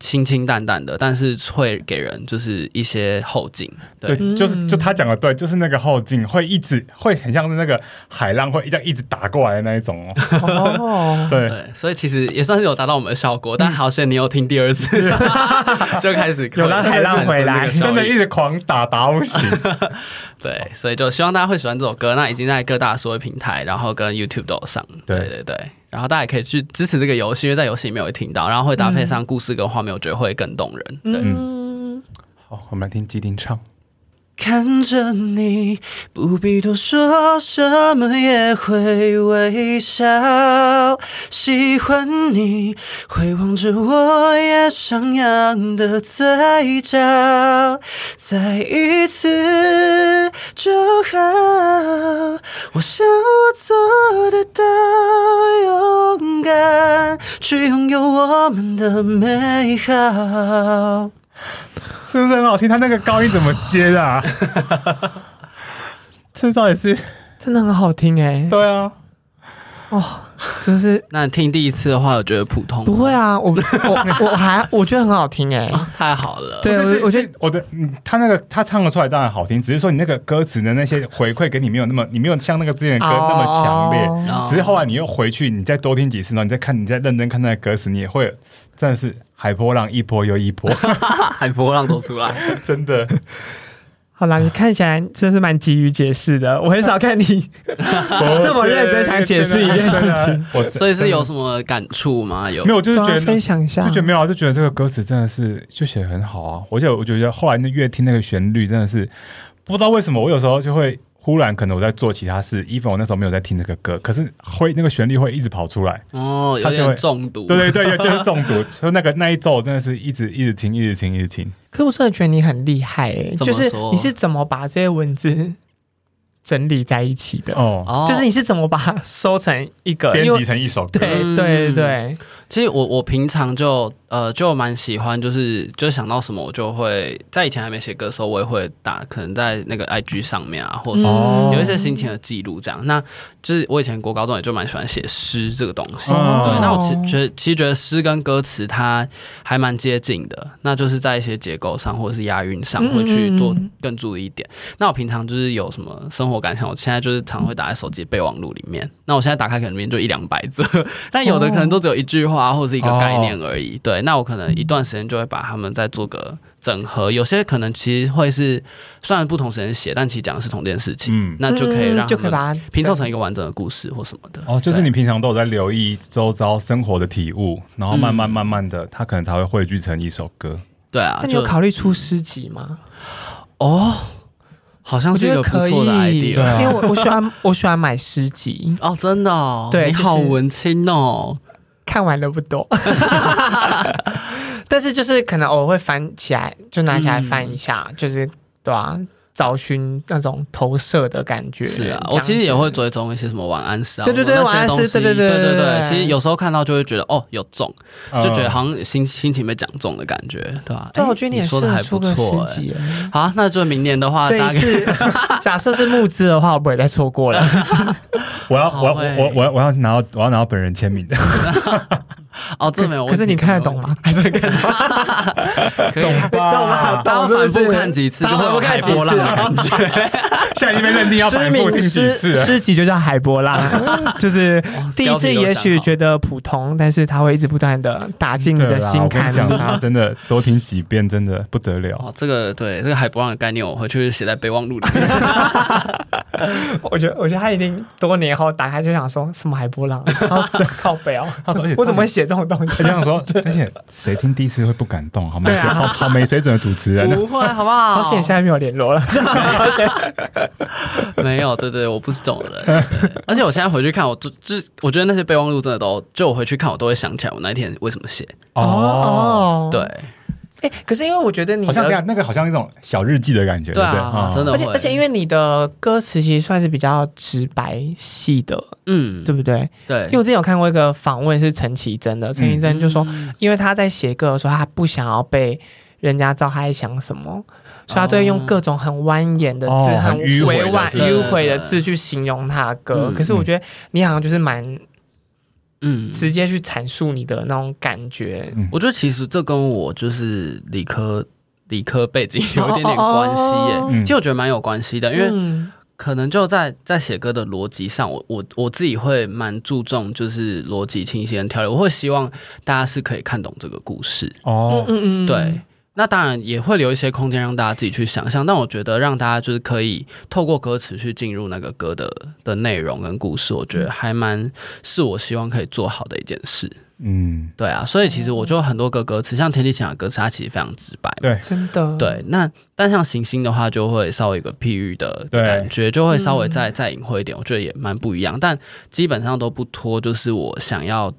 Speaker 4: 清清淡淡的，但是会给人就是一些后劲。对，
Speaker 3: 对，就是就他讲的对，就是那个后劲会一直会很像是那个海浪会一直一直打过来的那一 种哦。
Speaker 1: 哦，
Speaker 3: 对，
Speaker 4: 对，所以其实也算是有达到我们的效果，但好险你有听第二次， 就开始
Speaker 3: 有
Speaker 4: 了
Speaker 3: 让海浪回来，真的一直狂打打不醒。
Speaker 4: 对，所以就希望大家会喜欢这首歌。那已经在各大所有平台，然后跟 YouTube 都有上。
Speaker 3: 对
Speaker 4: 对对对，然后大家也可以去支持这个游戏，因为在游戏里面会听到，然后会搭配上故事跟画面，我觉得会更动人。对。
Speaker 1: 嗯，
Speaker 3: 好，我们来听基丁唱。
Speaker 4: 看着你，不必多说什么，也会微笑。喜欢你，会望着我也上扬的嘴角，再一次就好。我想我做得到，勇敢去拥有我们的美好。
Speaker 3: 是不是很好听？他那个高音怎么接 的、啊？这到底是
Speaker 1: 真的很好听哎，哦
Speaker 3: 对啊，
Speaker 1: 真是
Speaker 4: 那你听第一次的话，我觉得普通吗
Speaker 1: 不会啊，我我我还我觉得很好听 哎，
Speaker 4: 啊，太好了。
Speaker 1: 对
Speaker 3: 就是
Speaker 1: 我我觉
Speaker 3: 是我的嗯，他那个他唱得出来当然好听，只是说你那个歌词的那些回馈给你没有那么，你没有像那个之前的歌那么强烈。
Speaker 1: 哦
Speaker 4: 哦
Speaker 3: 只是后来你又回去，你再多听几次，然后你再看，你再认真看那个歌词，你也会真的是海波浪一波又一波，
Speaker 4: 海波浪都出来，
Speaker 3: 真的。
Speaker 1: 好啦，你看起来真是蛮急于解释的，我很少看你 这么认真想解释一件事情，
Speaker 3: 我
Speaker 4: 所以是有什么感触吗？有
Speaker 3: 没有，就是觉
Speaker 1: 对
Speaker 3: 得
Speaker 1: 啊分享一下
Speaker 3: 就觉得没有啊，就觉得这个歌词真的是就写得很好啊，而且我觉得后来那越听那个旋律真的是不知道为什么，我有时候就会忽然可能我在做其他事，even 我那时候没有在听这个歌，可是会那个旋律会一直跑出来，
Speaker 4: 哦，有
Speaker 3: 他就
Speaker 4: 点
Speaker 3: 会
Speaker 4: 中毒。
Speaker 3: 对对对，就是中毒，所以那个那一周真的是一直一直听，一直听，一直听。
Speaker 1: 可我真的觉得你很厉害哎，
Speaker 4: 怎
Speaker 1: 就
Speaker 4: 么
Speaker 1: 是
Speaker 4: 说
Speaker 1: 你是怎么把这些文字整理在一起的？
Speaker 3: 哦，
Speaker 4: 哦，
Speaker 1: 就是你是怎么把它收成一个？
Speaker 3: 编
Speaker 1: 因为
Speaker 3: 辑成一首歌，
Speaker 1: 对
Speaker 4: 嗯
Speaker 1: 对对，
Speaker 4: 其实我我平常就呃就蛮喜欢，就是就想到什么我就会在以前还没写歌的时候，我也会打，可能在那个 IG 上面啊，或者是
Speaker 3: 哦
Speaker 4: 有一些心情的记录这样。那就是我以前国高中也就蛮喜欢写诗这个东西。
Speaker 3: 哦
Speaker 4: 对，那我其实觉得，其实觉得诗跟歌词它还蛮接近的，那就是在一些结构上或者是押韵上
Speaker 1: 嗯
Speaker 4: 会去多
Speaker 1: 嗯嗯
Speaker 4: 更注意一点。那我平常就是有什么生活感想，我现在就是常会打在手机备忘录里面。那我现在打开可能里面就一两百字， 但有的可
Speaker 1: 哦
Speaker 4: 能都只有一句话或者是一个概念而已。对，那我可能一段时间就会把它们再做个整合，有些可能其实会是虽然不同时间写，但其实讲的是同件事情，
Speaker 3: 嗯。
Speaker 4: 那就可以
Speaker 1: 嗯
Speaker 4: 让
Speaker 1: 就可以
Speaker 4: 它
Speaker 1: 把
Speaker 4: 们
Speaker 1: 它
Speaker 4: 拼凑成一个完整的故事或什么的。
Speaker 3: 哦，就是你
Speaker 4: 对
Speaker 3: 平常都有在留意周遭生活的体悟，然后慢慢慢慢的，它可能才会汇聚成一首歌。
Speaker 4: 对啊，
Speaker 1: 那你
Speaker 4: 就
Speaker 1: 有考虑出诗集吗？
Speaker 4: 哦，好像
Speaker 1: 我
Speaker 4: 是
Speaker 1: 觉
Speaker 4: 一
Speaker 1: 得
Speaker 4: 个不
Speaker 1: 可以，
Speaker 4: 错的 idea
Speaker 3: 啊
Speaker 1: 因为我我喜欢我喜欢买诗集，
Speaker 4: 哦，真的哦，
Speaker 1: 对
Speaker 4: 你
Speaker 1: 就是
Speaker 4: 好文青哦，
Speaker 1: 看完的不 多，
Speaker 4: 嗯
Speaker 1: 但是就是可能偶尔会翻起来，就拿起来翻一下，就是对啊，找寻那种投射的感觉。
Speaker 4: 是啊，
Speaker 1: 这
Speaker 4: 我
Speaker 1: 样
Speaker 4: 其实也
Speaker 1: 子
Speaker 4: 会追踪一些什么晚安诗啊，
Speaker 1: 对对对
Speaker 4: 那些
Speaker 1: 晚安诗
Speaker 4: 东西
Speaker 1: 对
Speaker 4: 对
Speaker 1: 对对
Speaker 4: 对
Speaker 1: 对对嗯
Speaker 4: 其实有时候看到就会觉得哦，有中，就觉得
Speaker 3: 好。
Speaker 4: 好像心心情被讲中的感觉，对吧？
Speaker 1: 对啊，
Speaker 4: 哎
Speaker 1: 我觉得你也
Speaker 4: 说
Speaker 1: 适
Speaker 4: 的
Speaker 1: 合
Speaker 4: 还
Speaker 1: 出
Speaker 4: 不
Speaker 1: 个
Speaker 4: 错
Speaker 1: 十
Speaker 4: 哎。
Speaker 1: 集。
Speaker 4: 好啊，那就明年的话，
Speaker 1: 这
Speaker 4: 大
Speaker 1: 一
Speaker 4: 概
Speaker 1: 次 假设是募资的话，我不会再错过了。
Speaker 3: 我要
Speaker 4: 好
Speaker 3: 我要
Speaker 4: 欸
Speaker 3: 我我要我要拿到我要拿到本人签 名的，
Speaker 4: 哦，这没有问
Speaker 1: 可
Speaker 4: 题。
Speaker 1: 是你看得懂吗？还是会看得懂？
Speaker 4: 可以？
Speaker 1: 懂吧
Speaker 4: 大家
Speaker 1: 懂
Speaker 4: 反
Speaker 1: 是不
Speaker 4: 复
Speaker 1: 是
Speaker 4: 看几次
Speaker 1: 大
Speaker 4: 就
Speaker 1: 家
Speaker 4: 会有
Speaker 1: 反
Speaker 4: 海
Speaker 1: 复
Speaker 4: 波
Speaker 1: 看
Speaker 4: 浪
Speaker 1: 几
Speaker 4: 的
Speaker 1: 次
Speaker 4: 感 觉。
Speaker 3: 现在已经被认定要
Speaker 1: 诗
Speaker 3: 反复
Speaker 1: 名
Speaker 3: 听几
Speaker 1: 诗
Speaker 3: 次
Speaker 4: 啊
Speaker 3: 了。
Speaker 1: 诗集就叫海波 浪，
Speaker 4: 哦
Speaker 1: 就是第一次也许觉得普通，但是它会一直不断的打进你
Speaker 3: 对
Speaker 1: 的
Speaker 3: 啦
Speaker 1: 心
Speaker 3: 我跟
Speaker 1: 坎
Speaker 3: 你
Speaker 1: 里。啊
Speaker 3: 讲，他真的多听几遍，真的不得了。
Speaker 4: 哦，这个对这个海波浪的概念，我回去写在备忘录里 面。
Speaker 1: 我觉得，我觉得他一定多年后打开就想说什么海波浪，然后靠北哦，
Speaker 3: 他说而且
Speaker 1: 我怎么会写这种东
Speaker 3: 他
Speaker 1: 西
Speaker 3: 这？样说，而且谁听第一次会不感动？好吗？
Speaker 1: 对啊
Speaker 3: 好好没水准的主持人。
Speaker 4: 不会，好不好？
Speaker 1: 好险现在没有联络了。
Speaker 4: 没有，对对，我不是这种 人。对而且我现在回去看，我就就我觉得那些备忘录真的都，就我回去看，我都会想起来我那一天为什么写。
Speaker 3: 哦，
Speaker 4: 对，
Speaker 1: 哎，可是因为我觉得你
Speaker 3: 好像这
Speaker 1: 的
Speaker 3: 样，那个好像一种小日记的感觉，
Speaker 4: 对
Speaker 3: 对不对？
Speaker 4: 啊
Speaker 3: 哦
Speaker 4: 真的
Speaker 1: 而且而且，因为你的歌词其实算是比较直白系的，
Speaker 4: 嗯，
Speaker 1: 对不对？
Speaker 4: 对
Speaker 1: 因为我之前有看过一个访问是陈绮贞的，陈绮贞就说，因为她在写歌的时候，她不想要被人家知道她在想什么，所以她都会用各种很蜿蜒的字、
Speaker 3: 哦
Speaker 1: 很
Speaker 3: 很迂回的
Speaker 1: 委婉、
Speaker 3: 字对
Speaker 1: 迂回的字去形容她的歌。
Speaker 4: 嗯
Speaker 1: 可是我觉得你好像就是蛮
Speaker 4: 嗯，
Speaker 1: 直接去阐述你的那种感觉。
Speaker 4: 我觉得其实这跟我就是理科理科背景有一点点
Speaker 1: 哦哦哦
Speaker 4: 关系耶。
Speaker 3: 嗯
Speaker 4: 其实我觉得蛮有关系的，因为
Speaker 1: 嗯
Speaker 4: 可能就在在写歌的逻辑上，我我我自己会蛮注重就是逻辑清晰跟条理，我会希望大家是可以看懂这个故事。
Speaker 1: 嗯
Speaker 3: 哦，
Speaker 1: 嗯嗯，
Speaker 4: 对，那当然也会留一些空间让大家自己去想象，但我觉得让大家就是可以透过歌词去进入那个歌的的内容跟故事，我觉得还蛮是我希望可以做好的一件事。
Speaker 3: 嗯，
Speaker 4: 对啊，所以其实我就很多个歌词，像天地晴的歌词，它其实非常直白。
Speaker 3: 对，
Speaker 1: 真的，
Speaker 4: 对，那但像行星的话，就会稍微有个譬喻的的
Speaker 3: 对
Speaker 4: 感觉，就会稍微再再隐晦一点，我觉得也蛮不一样，但基本上都不脱，就是我想要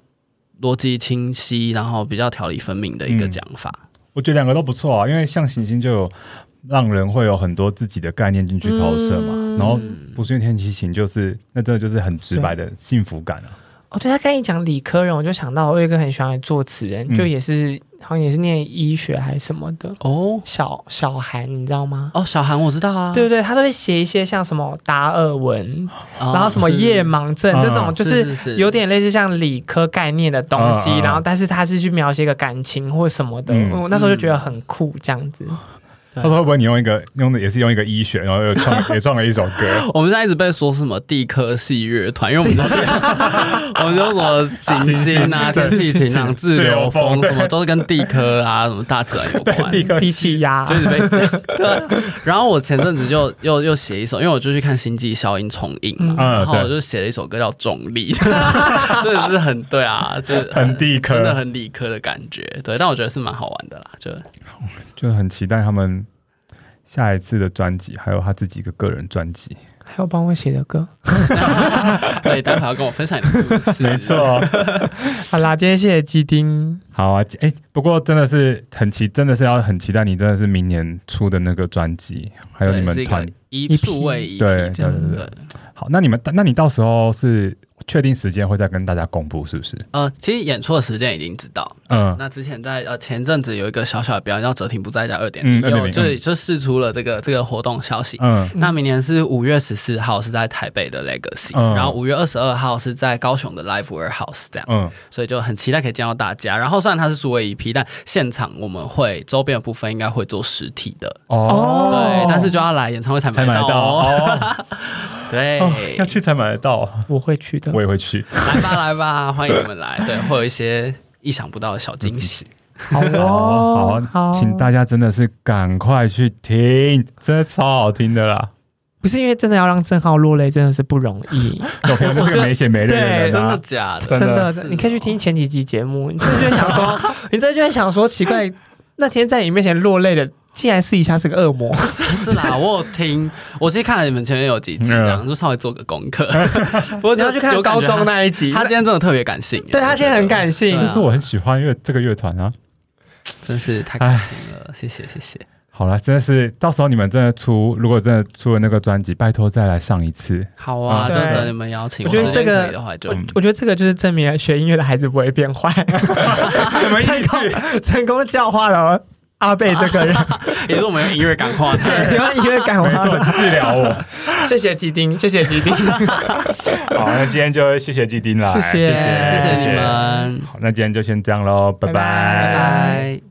Speaker 4: 逻辑清晰，然后比较条理分明的一个
Speaker 3: 嗯
Speaker 4: 讲法。
Speaker 3: 我觉得两个都不错啊，因为像行星就有让人会有很多自己的概念进去投射嘛，
Speaker 1: 嗯
Speaker 3: 然后不是因为天气晴，就是那真的就是很直白的幸福感啊。
Speaker 1: 哦，对他刚一讲理科人，我就想到我有一个很喜欢的作词人，
Speaker 3: 嗯
Speaker 1: 就也是好像也是念医学还是什么的，
Speaker 4: 哦
Speaker 1: 小小韩，你知道吗？
Speaker 4: 哦，小韩我知道啊，
Speaker 1: 对不对？他都会写一些像什么达尔文，
Speaker 4: 哦，
Speaker 1: 然后什么夜盲症
Speaker 3: 嗯
Speaker 1: 这种，就是是
Speaker 4: 是
Speaker 1: 有点类似像理科概念的东西
Speaker 3: 嗯嗯，嗯
Speaker 1: 然后但是他是去描写一个感情或什么的，
Speaker 3: 嗯
Speaker 1: 我那时候就觉得很酷，这样子。
Speaker 3: 他
Speaker 4: 对
Speaker 3: 说会不会你用一个用的也是用一个医学，然后又 创也创了一首歌？
Speaker 4: 我们现在一直被说什么地科系乐团，因为我们都 我们就说行星啊、
Speaker 3: 行星
Speaker 4: 天气晴朗、
Speaker 3: 对
Speaker 4: 自流
Speaker 3: 自流风
Speaker 4: 风
Speaker 3: 对
Speaker 4: 什么，都是跟地科啊、什么大自然有关。
Speaker 3: 立刻
Speaker 1: 低气压
Speaker 4: 嗯 就，一直被讲。对，然后我前阵子就又又写一首，因为我就去看《星际效应》重映嘛，
Speaker 1: 啊
Speaker 3: 嗯
Speaker 4: 然后
Speaker 3: 对
Speaker 4: 我就写了一首歌叫《重力》， 真的是很对啊，就是
Speaker 3: 很地科
Speaker 4: 真的很理科的感觉。对，但我觉得是蛮好玩的啦，就
Speaker 3: 就很期待他们下一次的专辑，还有他自己一个个人专辑。
Speaker 1: 还有帮我写的歌。
Speaker 4: 对，待会要跟我分享你的故事。
Speaker 3: 没错，
Speaker 1: 好啦，今天谢谢基丁，
Speaker 3: 好啊，哎、不过真的是很期，真的是要很期待你，真的是明年出的那个专辑，还有
Speaker 4: 对
Speaker 3: 你们
Speaker 4: 是一个
Speaker 3: 团。
Speaker 4: 一数位一
Speaker 3: 对
Speaker 4: 这样
Speaker 3: 对对
Speaker 4: 对。
Speaker 3: 好，那你们，那你到时候是确定时间会再跟大家公布，是不是？
Speaker 4: 呃，其实演出的时间已经知道。
Speaker 3: 嗯，
Speaker 4: 那之前在呃前阵子有一个小小的表演叫《哲婷不在家二点
Speaker 3: 嗯
Speaker 4: 零》，有
Speaker 3: 2.0
Speaker 4: 就就试出了这个这个活动消息。
Speaker 3: 嗯
Speaker 4: 那明年是五月十四号是在台北的 Legacy，、
Speaker 3: 嗯
Speaker 4: 然后五月二十二号是在高雄的 Live Warehouse 这样，
Speaker 3: 嗯，
Speaker 4: 所以就很期待可以见到大家。然后虽然它是数位一批，但现场我们会周边的部分应该会做实体的，
Speaker 1: 哦
Speaker 4: 对，但是就要来演唱会才
Speaker 3: 才买
Speaker 4: 买得
Speaker 3: 得到
Speaker 4: 哦，
Speaker 3: 哦，
Speaker 4: 对，
Speaker 3: 哦要去才买得到，
Speaker 1: 我会去的
Speaker 3: 我。也会去。
Speaker 4: 来吧来吧，欢迎你们来，对，会有一些意想不到的小惊喜。
Speaker 1: 好
Speaker 3: 哦
Speaker 1: 哦，，
Speaker 3: 好，请大家真的是赶快去听，真的超好听的啦！
Speaker 1: 不是因为真的要让郑浩落泪，真的是不容易。
Speaker 3: 我朋友就是个没血没泪
Speaker 1: 对
Speaker 3: 人
Speaker 4: 真的
Speaker 3: 啊，
Speaker 4: 假的？
Speaker 3: 真
Speaker 1: 真的，
Speaker 4: 是
Speaker 1: 你可以去
Speaker 4: 哦
Speaker 1: 听前几集节 目，你真的就会想说，你真的就会想说，奇怪，那天在你面前落泪的，竟然私底下是个恶魔。
Speaker 4: 是啦，我有听，我其实看了你们前面有几集，这
Speaker 1: 嗯
Speaker 4: 样就稍微做个功课。不过
Speaker 1: 你要去看高中
Speaker 4: 呢，
Speaker 1: 那一集，
Speaker 4: 他今天真的特别感性耶。
Speaker 1: 对他今天很感性
Speaker 4: 对啊
Speaker 3: 就是我很喜欢乐这个乐团啊。
Speaker 4: 真是太开心了，谢谢谢谢。
Speaker 3: 好了，真的是到时候你们真的出，如果真的出了那个专辑，拜托再来上一次。
Speaker 4: 好啊，
Speaker 1: 嗯
Speaker 4: 就
Speaker 1: 对
Speaker 4: 等你们邀请。
Speaker 1: 我觉得
Speaker 4: 时间
Speaker 1: 这个
Speaker 4: 可以的话就
Speaker 1: 我我觉得这个就是证明了学音乐的孩子不会变坏，
Speaker 3: 什么
Speaker 1: 成功成功教化了阿贝这 个人，
Speaker 4: 也是我们音乐感化他。
Speaker 1: 你们音乐感
Speaker 3: 没
Speaker 1: 化
Speaker 3: 错
Speaker 1: 了。，
Speaker 3: 治疗我。
Speaker 1: 谢谢基丁，谢谢基丁，
Speaker 3: 好，那今天就谢谢季丁来，
Speaker 1: 谢谢
Speaker 4: 谢谢你。们，
Speaker 3: 好，那今天就先这样喽，拜
Speaker 1: 拜拜
Speaker 3: 拜
Speaker 4: 拜拜。